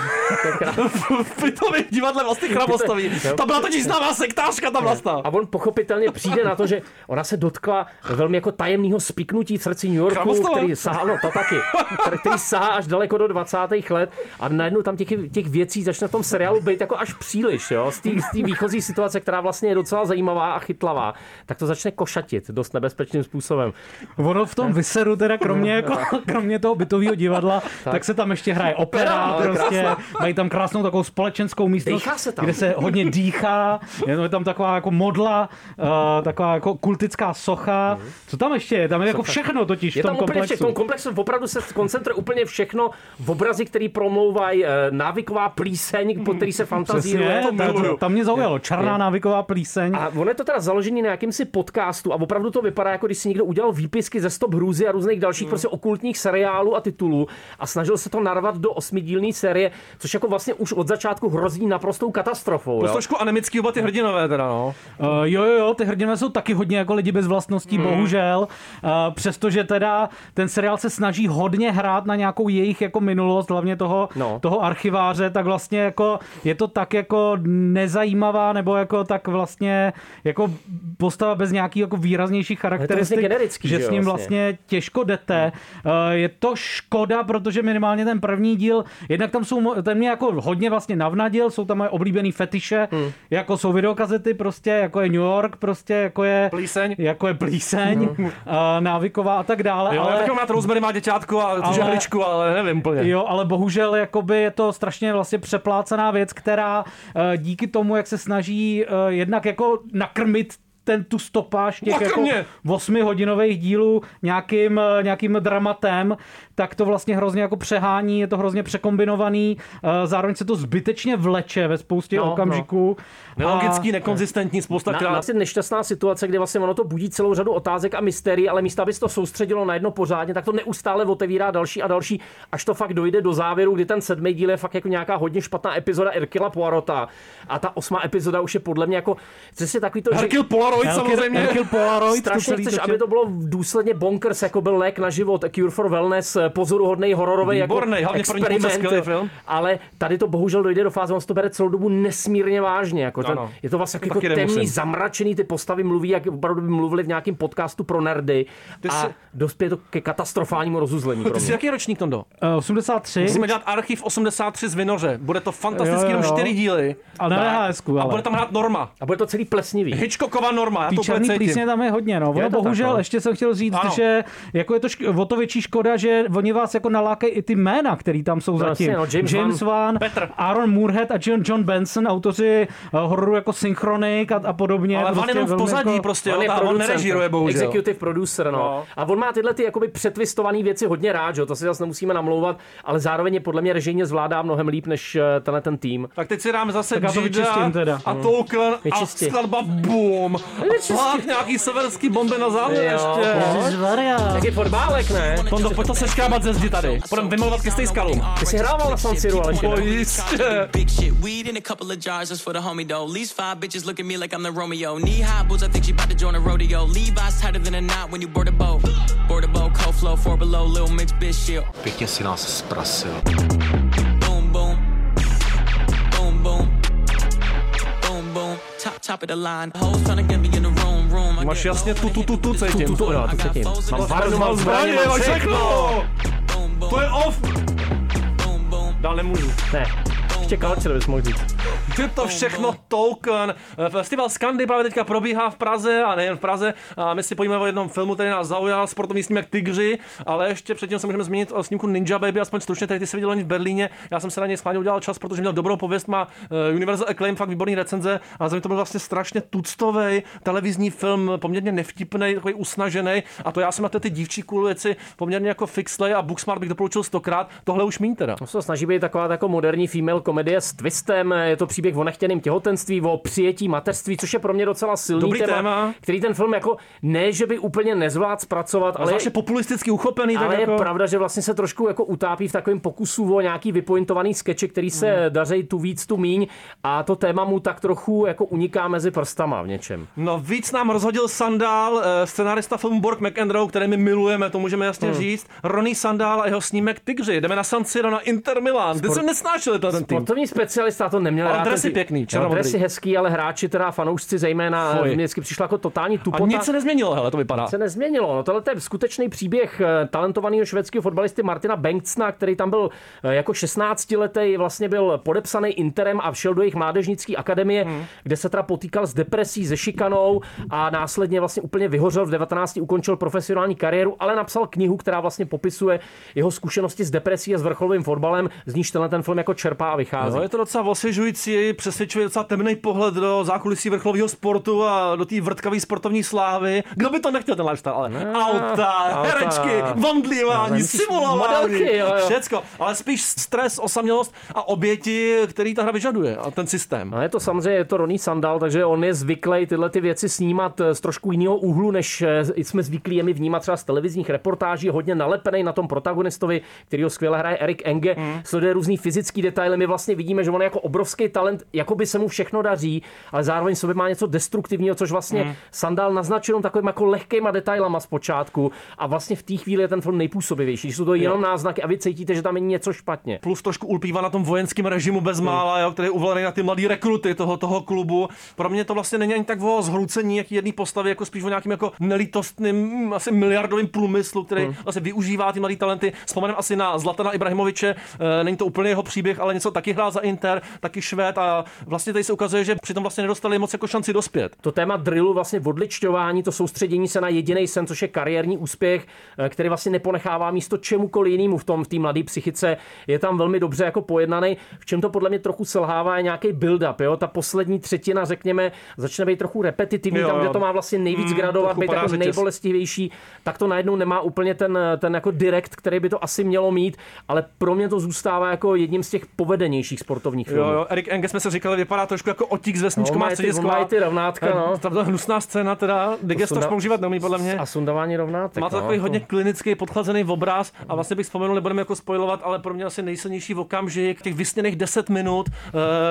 Speaker 7: V bytovém divadle vlastně Chrabostový. Ta byla totiž známá sektářka, vlastně. ta vlasta.
Speaker 8: A on pochopitelně přijde na to, že ona se dotkla velmi jako tajemného spiknutí v srdci New Yorku,
Speaker 7: Chrabostova?
Speaker 8: který sahá, no to taky, který- který sahá až daleko do 20. let a najednou tam těch, těch věcí začne v tom seriálu být jako až příliš, jo, z té z té výchozí situace, která vlastně je docela zajímavá a chytlavá, tak to začne košatit dost nebezpečným způsobem.
Speaker 9: Ono v tom vyseru teda kromě, jako, kromě toho bytového divadla, tak. tak se tam ještě hraje opera,
Speaker 8: Opera, no,
Speaker 9: prostě,
Speaker 8: krásná.
Speaker 9: mají tam krásnou takovou společenskou místnost,
Speaker 8: Dýchá se tam.
Speaker 9: kde se hodně dýchá, je je tam taková jako modla, uh, taková jako kultická socha, co tam ještě je, tam je jako všechno totiž
Speaker 8: Mhm. je
Speaker 9: v
Speaker 8: tam
Speaker 9: tom
Speaker 8: úplně
Speaker 9: komplexu.
Speaker 8: Všechno, v tom komplexu opravdu se koncentruje úplně všechno v obrazy, který promlouvají, eh, návyková plíseň, po který se
Speaker 9: Přesně,
Speaker 8: fantazíruje.
Speaker 9: tam, tam mě zaujalo, černá
Speaker 8: Je.
Speaker 9: návyková plíseň.
Speaker 8: A ono je to teda založený na jakýmsi podcastu a opravdu to vypadá, jako když si někdo udělal výpisky ze Stop Hrůzy a různých dalších
Speaker 7: No.
Speaker 8: prostě okultních seriálů a titulů a snažil se to narvat do osmidílné série, což jako vlastně už od začátku hrozí naprostou katastrofou.
Speaker 7: Byl
Speaker 8: Jo?
Speaker 7: trošku anemický oba ty hrdinové teda, no.
Speaker 9: Uh, jo, jo, jo, ty hrdinové jsou taky hodně jako lidi bez
Speaker 8: Hmm.
Speaker 9: vlastností, mm. bohužel. Uh, přestože teda ten seriál se snaží hodně hrát na nějakou jejich jako minulost, hlavně toho, no. toho archiváře, tak vlastně jako je to tak jako nezajímavá, nebo jako tak vlastně jako postava bez nějakých jako výraznějších charakteristik,
Speaker 8: generický,
Speaker 9: že
Speaker 8: že jo,
Speaker 9: s ním
Speaker 8: vlastně.
Speaker 9: vlastně vlastně těžko jdete. Eh, Je to škoda, protože minimálně ten první díl, jednak tam jsou, mo- ten mě jako hodně vlastně navnadil, jsou tam moje oblíbený fetiše, hmm. jako jsou videokazety prostě, jako je New York prostě, jako je plíseň, jako je plíseň eh, návyková a tak dále.
Speaker 7: Jo, ale...
Speaker 9: ale...
Speaker 7: tak mám rád Rosemary má děťátko a tu
Speaker 9: Ale-
Speaker 7: žehličku, ale nevím úplně.
Speaker 9: Jo, ale bohužel jakoby je to strašně vlastně přeplácená věc, která eh, díky tomu, jak se snaží eh, jednak jako nakrmit ten tu stopáž těch jako
Speaker 7: Makrně!
Speaker 9: 8 hodinových dílů nějakým, eh, nějakým dramatem, tak to vlastně hrozně jako přehání, je to hrozně překombinovaný, eh, zároveň se to zbytečně vleče ve spoustě
Speaker 8: No, no.
Speaker 9: okamžiků.
Speaker 8: Nelogický,
Speaker 7: nekonzistentní, spousta
Speaker 8: Na, na nešťastná situace, kdy vlastně ono to budí celou řadu otázek a mysterií, ale místo, aby se to soustředilo na jedno pořádně, tak to neustále otevírá další a další, až to fakt dojde do závěru, kdy ten sedmý díl je fakt jako nějaká hodně špatná epizoda Erkila Poirota. A ta osmá epizoda už je podle mě jako, co si takový to,
Speaker 7: Hercule Poirot samozřejmě. Hercule Poirot,
Speaker 8: strašně
Speaker 7: to celý
Speaker 8: chceš,
Speaker 7: to tě-
Speaker 8: aby to bylo důsledně bonkers, jako byl lék na život, a Cure for Wellness, pozoruhodný hororový jako
Speaker 7: Výborný, hlavně první půlce,
Speaker 8: experiment,
Speaker 7: skvělý film.
Speaker 8: ale tady to bohužel dojde do fáze, on si to bere celou dobu nesmírně vážně. Jako ten,
Speaker 7: Ano.
Speaker 8: Je to vlastně
Speaker 7: To
Speaker 8: jako
Speaker 7: taky
Speaker 8: temný,
Speaker 7: nemusím.
Speaker 8: zamračený, ty postavy mluví, jak opravdu by mluvili v nějakém podcastu pro nerdy
Speaker 7: Ty
Speaker 8: a
Speaker 7: jsi-
Speaker 8: dospěje to ke katastrofálnímu rozuzlení. Pro
Speaker 7: Ty jsi
Speaker 8: mě.
Speaker 7: jaký ročník, Tondo?
Speaker 9: Eh, 83.
Speaker 7: Musíme dělat archiv 83 z Vinoře. Bude to fantastický,
Speaker 9: Jo, jo,
Speaker 7: jenom
Speaker 9: jo.
Speaker 7: 4 díly.
Speaker 9: Ale na
Speaker 7: Tak.
Speaker 9: VHSku,
Speaker 7: A
Speaker 9: ale.
Speaker 7: bude tam hrát Norma.
Speaker 8: A bude to celý plesnivý.
Speaker 7: Hitchcockova Norma, já to
Speaker 9: Ty
Speaker 7: úplně
Speaker 9: černý
Speaker 7: cítím.
Speaker 9: plísně tam je hodně, no.
Speaker 7: Je
Speaker 9: Ono
Speaker 7: to tak,
Speaker 9: bohužel,
Speaker 7: no.
Speaker 9: ještě jsem chtěl říct,
Speaker 7: Ano.
Speaker 9: že jako je to šk- o to větší škoda, že oni vás jako nalákají i ty jména, který tam jsou
Speaker 8: Vlastně,
Speaker 9: zatím.
Speaker 8: no, James
Speaker 9: Van, Aaron Moorhead a John, John Benson, autoři eh, hororu jako Synchronic a, a podobně.
Speaker 7: Ale Van
Speaker 9: Prostě
Speaker 7: jenom v
Speaker 9: velmi
Speaker 7: pozadí prostě, jo,
Speaker 8: je
Speaker 7: ta- on
Speaker 8: producent,
Speaker 7: nerežíruje, bohužel.
Speaker 8: Executive producer, no.
Speaker 7: No.
Speaker 8: A on má tyhle ty jakoby přetvistované věci hodně rád, že? jo, to si zase nemusíme namlouvat, ale zároveň je podle mě režijně zvládá mnohem líp než eh, tenhle ten tým.
Speaker 7: Tak teď si dáme zase
Speaker 8: Tak já to
Speaker 7: Gida
Speaker 8: vyčistím teda.
Speaker 7: a
Speaker 8: Hmm.
Speaker 7: Tolkien a
Speaker 8: Vyčisti.
Speaker 7: skladba BOOM.
Speaker 8: Vyčisti.
Speaker 7: Plát nějaký severský bomby na závěr
Speaker 8: Jo.
Speaker 7: ještě.
Speaker 9: Ježišmarja.
Speaker 8: Taky fotbálek, ne?
Speaker 7: Tondo, pojď to seškrábat ze zdi tady. Půjdem vymlouvat ke stejskalům.
Speaker 8: Ty jsi hrával na San Siro, ale
Speaker 7: No jistě.
Speaker 19: Big shit, weed in a couple of jars just for the homie though. Least five bitches look at me like I'm the Romeo. Knee high boots, I think she about to join a rodeo. Levi's tighter than a knot when you board a boat. Board a boat, cold flow, four below, little mix, bitch shit.
Speaker 10: Pěkně si nás zprasil.
Speaker 19: Boom, boom, boom, boom, boom, boom. Top, top of the line. Hoes tryna get me in the room, room. I
Speaker 7: Máš jasně tu, tu, tu, tu cítím.
Speaker 8: Tu, tu, jo, tu cítím. Mám varnu, mám
Speaker 7: zbraně, mám
Speaker 8: všechno.
Speaker 7: všechno. To je off. Dál nemůžu.
Speaker 8: Ne, ještě kalčer bys mohl říct.
Speaker 7: Ty
Speaker 8: Oh,
Speaker 7: to všechno
Speaker 8: no.
Speaker 7: token. Eh, Festival Skandy právě teďka probíhá v Praze a nejen v Praze. A my si pojíme o jednom filmu, který nás zaujal, sportovní snímek Tygři, ale ještě předtím se můžeme zmínit o snímku Ninja Baby, aspoň stručně, tady ty se viděl loni v Berlíně. Já jsem se na něj schválně udělal čas, protože měl dobrou pověst, má eh, Universal Acclaim, fakt výborný recenze a za mě to byl vlastně strašně tuctový televizní film, poměrně nevtipný, takový usnažený. A to já jsem na ty, ty dívčí cool věci poměrně jako fixlej a Booksmart bych doporučil stokrát, tohle už mín teda.
Speaker 8: No se to snaží být taková jako moderní female komedie s twistem, eh, je to příběh o nechtěném těhotenství, o přijetí mateřství, což je pro mě docela silný
Speaker 7: Dobrý
Speaker 8: téma,
Speaker 7: téma.
Speaker 8: který ten film jako ne, že by úplně nezvlád zpracovat,
Speaker 7: Ale
Speaker 8: ale,
Speaker 7: je populisticky uchopený, tak
Speaker 8: ale je
Speaker 7: jako...
Speaker 8: pravda, že vlastně se trošku jako utápí v takovém pokusu o nějaký vypointovaný skeče, který se
Speaker 7: Hmm.
Speaker 8: daří tu víc, tu míň a to téma mu tak trochu jako uniká mezi prstama v něčem.
Speaker 7: No víc nám rozhodil Sandál, eh, scenárista filmu Borg McEnroe, který my milujeme, to můžeme jasně
Speaker 8: Hmm.
Speaker 7: říct. Ronnie Sandál a jeho snímek Tygři. Jdeme na San Siro, na Inter Milan. Ty
Speaker 8: Sport-
Speaker 7: jsem nesnášel ten tým.
Speaker 8: Sportovní specialista to neměl
Speaker 7: Ale
Speaker 8: rád.
Speaker 7: dresy
Speaker 8: ten tým.
Speaker 7: pěkný,
Speaker 8: Jo,
Speaker 7: černomodrý.
Speaker 8: Dresy hezký, ale hráči, teda fanoušci zejména,
Speaker 7: Fuj.
Speaker 8: Foj. mě vždycky přišla jako totální
Speaker 7: A
Speaker 8: tupota.
Speaker 7: nic se nezměnilo, hele, to vypadá.
Speaker 8: se nezměnilo. No, tohle to je skutečný příběh eh, talentovaného švédského fotbalisty Martina Bengtsna, který tam byl eh, jako 16 letý, vlastně byl podepsaný Interem a šel do jejich mládežnické akademie,
Speaker 7: Hmm.
Speaker 8: kde se teda potýkal s depresí, se šikanou a následně vlastně úplně vyhořel v 19. ukončil profesionální kariéru, ale napsal knihu, která vlastně popisuje jeho zkušenosti s depresí a s vrcholovým fotbalem, z níž tenhle ten film jako čerpá a vychází.
Speaker 7: No, je to docela osvěžující, přesvědčuje docela temný pohled do zákulisí vrcholového sportu a do té vrtkavé sportovní slávy. Kdo by to nechtěl ten lifestyle, ale auta,
Speaker 8: auta.
Speaker 7: herečky, vandlívání,
Speaker 8: No,
Speaker 7: simulování,
Speaker 8: modelky, jo, jo.
Speaker 7: všecko. Ale spíš stres, osamělost a oběti, který ta hra vyžaduje a ten systém.
Speaker 8: A je to samozřejmě, je to Ronnie Sandal, takže on je zvyklý tyhle ty věci snímat eh, z trošku jiného úhlu, než eh, jsme zvyklí je mi vnímat třeba z televizních reportáží, hodně nalepený na tom protagonistovi, kterýho skvěle hraje Erik Enge, sleduje různý fyzický detaily, my vlastně vidíme, že on je jako obrovský talent, jako by se mu všechno daří, ale zároveň v sobě má něco destruktivního, což vlastně
Speaker 7: Mm.
Speaker 8: Sandal naznačil jenom takovým jako lehkýma detailama zpočátku a vlastně v té chvíli je ten film nejpůsobivější, že jsou to jenom náznaky a vy cítíte, že tam je něco špatně.
Speaker 7: plus trošku ulpívá na tom vojenském režimu bezmála, jo, který je uvalený na ty mladý rekruty toho, toho klubu. Pro mě to vlastně není ani tak o zhroucení jaký jedné postavy, jako spíš o nějakým jako nelítostným, mm, asi miliardovým průmyslu, který
Speaker 8: Hmm.
Speaker 7: vlastně využívá ty mladé talenty. Vzpomenem asi na Zlatana Ibrahimoviče, eh, není to úplně jeho příběh, ale něco taky hrál za Inter, taky švéd, vyvrchet a vlastně tady se ukazuje, že přitom vlastně nedostali moc jako šanci dospět.
Speaker 8: To téma drillu, vlastně odličťování, to soustředění se na jediný sen, což je kariérní úspěch, eh, který vlastně neponechává místo čemukoliv jinému v tom v té mladé psychice, je tam velmi dobře jako pojednaný. V čem to podle mě trochu selhává je nějaký build-up, jo? Ta poslední třetina, řekněme, začne být trochu repetitivní,
Speaker 7: Jo,
Speaker 8: tam,
Speaker 7: jo.
Speaker 8: kde to má vlastně nejvíc
Speaker 7: Mm,
Speaker 8: gradovat,
Speaker 7: trochu
Speaker 8: být
Speaker 7: padá
Speaker 8: jako
Speaker 7: řetěz.
Speaker 8: nejbolestivější, tak to najednou nemá úplně ten, ten jako direkt, který by to asi mělo mít, ale pro mě to zůstává jako jedním z těch povedenějších sportovních
Speaker 7: Jo,
Speaker 8: filmů.
Speaker 7: jo, Erik Enge jsme se říkali, vypadá trošku jako otík z
Speaker 8: No,
Speaker 7: vesničkou,
Speaker 8: on má
Speaker 7: má
Speaker 8: i ty-
Speaker 7: středisko.
Speaker 8: on má i ty rovnátka, no.
Speaker 7: Tam to je hnusná scéna, teda digestor
Speaker 8: sunda-
Speaker 7: používat neumí, podle mě.
Speaker 8: A sundávání rovnátek.
Speaker 7: Má to
Speaker 8: no,
Speaker 7: takový
Speaker 8: jako-
Speaker 7: hodně klinický, podchlazený obraz a vlastně bych vzpomenul, nebudeme jako spojovat, ale pro mě asi nejsilnější okamžik těch vysněných 10 minut,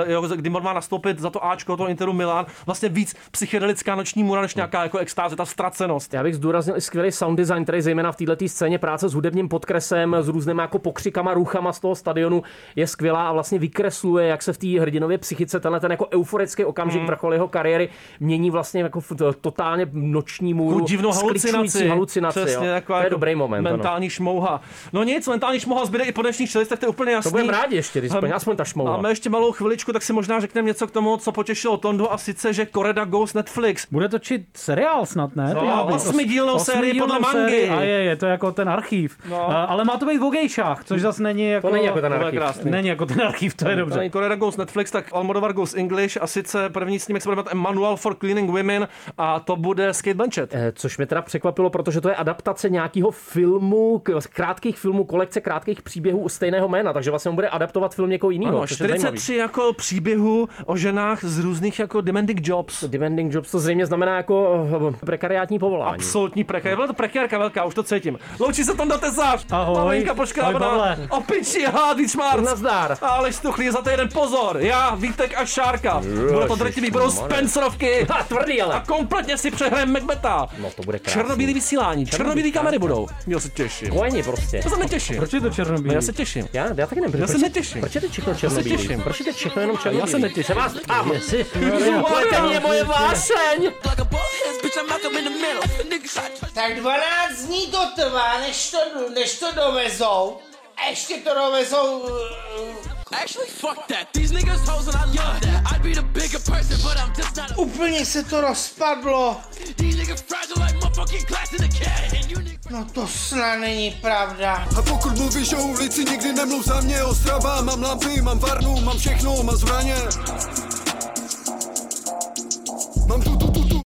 Speaker 7: eh, jo, kdy on má nastoupit za to Ačko, toho Interu Milan, vlastně víc psychedelická noční mura,
Speaker 8: Hm.
Speaker 7: než nějaká jako extáze, ta ztracenost.
Speaker 8: Já bych zdůraznil i skvělý sound design, který zejména v této scéně práce s hudebním podkresem, s různými jako pokřikama, ruchama z toho stadionu je skvělá a vlastně vykresluje, jak se v té hrdinově psychice tenhle ten jako euforický okamžik
Speaker 7: Mhm.
Speaker 8: vrchol jeho kariéry mění vlastně jako v t- totálně noční můru,
Speaker 7: Takovou divnou
Speaker 8: skličující
Speaker 7: halucinaci.
Speaker 8: halucinaci jo.
Speaker 7: Přesně,
Speaker 8: to
Speaker 7: taková
Speaker 8: je
Speaker 7: jako
Speaker 8: dobrý moment. ano.
Speaker 7: Mentální šmouha. No nic, mentální šmouha zbyde i po dnešních čelistech, to je úplně jasný.
Speaker 8: budeme rádi ještě, když aspoň- aspoň ta šmouha.
Speaker 7: Máme ještě malou chviličku, tak si možná řekneme něco k tomu, co potěšilo Tondo a sice, že Koreda Ghost Netflix.
Speaker 9: Bude točit seriál snad, ne?
Speaker 7: No,
Speaker 9: Ty hádej.
Speaker 7: osmidílnou sérii podle
Speaker 9: osmidílnou
Speaker 7: mangy.
Speaker 9: sérii, A je, je to jako ten archiv.
Speaker 7: No.
Speaker 9: No. ale má to být v gejšách, což zase není jako...
Speaker 8: není jako ten
Speaker 7: To je
Speaker 8: archiv.
Speaker 7: krásný.
Speaker 9: Není jako ten archiv, to je dobře.
Speaker 7: Není Correra Goes Netflix, tak Almodovar Goes English a sice první snímek se bude jmenovat Manual for Cleaning Women a to bude Skate Blanchett.
Speaker 8: Eh, Což mě teda překvapilo, protože to je adaptace nějakého filmu, k- z krátkých filmů, kolekce krátkých příběhů stejného jména, takže vlastně on bude adaptovat film někoho jiného.
Speaker 7: Ano, 43 No, jako příběhů o ženách z různých jako demanding jobs.
Speaker 8: Demanding jobs to zřejmě znamená jako eh, prekariátní povolání.
Speaker 7: Absolutní prekár. Byla to prekárka velká, už to cítím. Loučí se tam do tesář.
Speaker 8: Ahoj.
Speaker 7: Maminka
Speaker 8: Ahoj,
Speaker 7: poškrábaná.
Speaker 8: Pavle.
Speaker 7: O piči, hádí čmárc.
Speaker 8: Nazdar.
Speaker 7: Ale štuchlí za týden pozor. Já, Vítek a Šárka. Bude to drtivý, budou
Speaker 8: Ježišmarja.
Speaker 7: Spencerovky.
Speaker 8: Ha, tvrdý ale.
Speaker 7: A kompletně si přehrajeme Macbeta.
Speaker 8: No to bude krásný.
Speaker 7: Černobílý vysílání, černobílý kamery budou. Jo, se těším.
Speaker 8: Kojeni prostě.
Speaker 7: To se netěším.
Speaker 9: Proč je to černobílý?
Speaker 7: No, já se těším.
Speaker 8: Já, já taky nevím.
Speaker 7: Já se
Speaker 8: proč-
Speaker 7: netěším.
Speaker 8: Proč je to všechno
Speaker 7: Já se
Speaker 8: černobílý?
Speaker 7: těším.
Speaker 8: Proč je to všechno jenom černobílý?
Speaker 7: Já se netěším.
Speaker 8: vás ptám.
Speaker 7: Pletení
Speaker 8: je moje vášeň.
Speaker 6: Tak 12 dní to trvá, než to, než to dovezou. A ještě to dovezou... eh,
Speaker 19: Actually, fuck that. These niggas hoes and I love that. I'd be the bigger person, but I'm just not a.
Speaker 6: Úplně se to rozpadlo.
Speaker 19: These niggas fragile like motherfucking glass in a can. And you niggas.
Speaker 6: No to snad není pravda.
Speaker 20: A pokud mluvíš o ulici, nikdy nemluv za mě Ostrava, mám lampy, mám varnu, mám všechno, mám zbraně Mám tu tu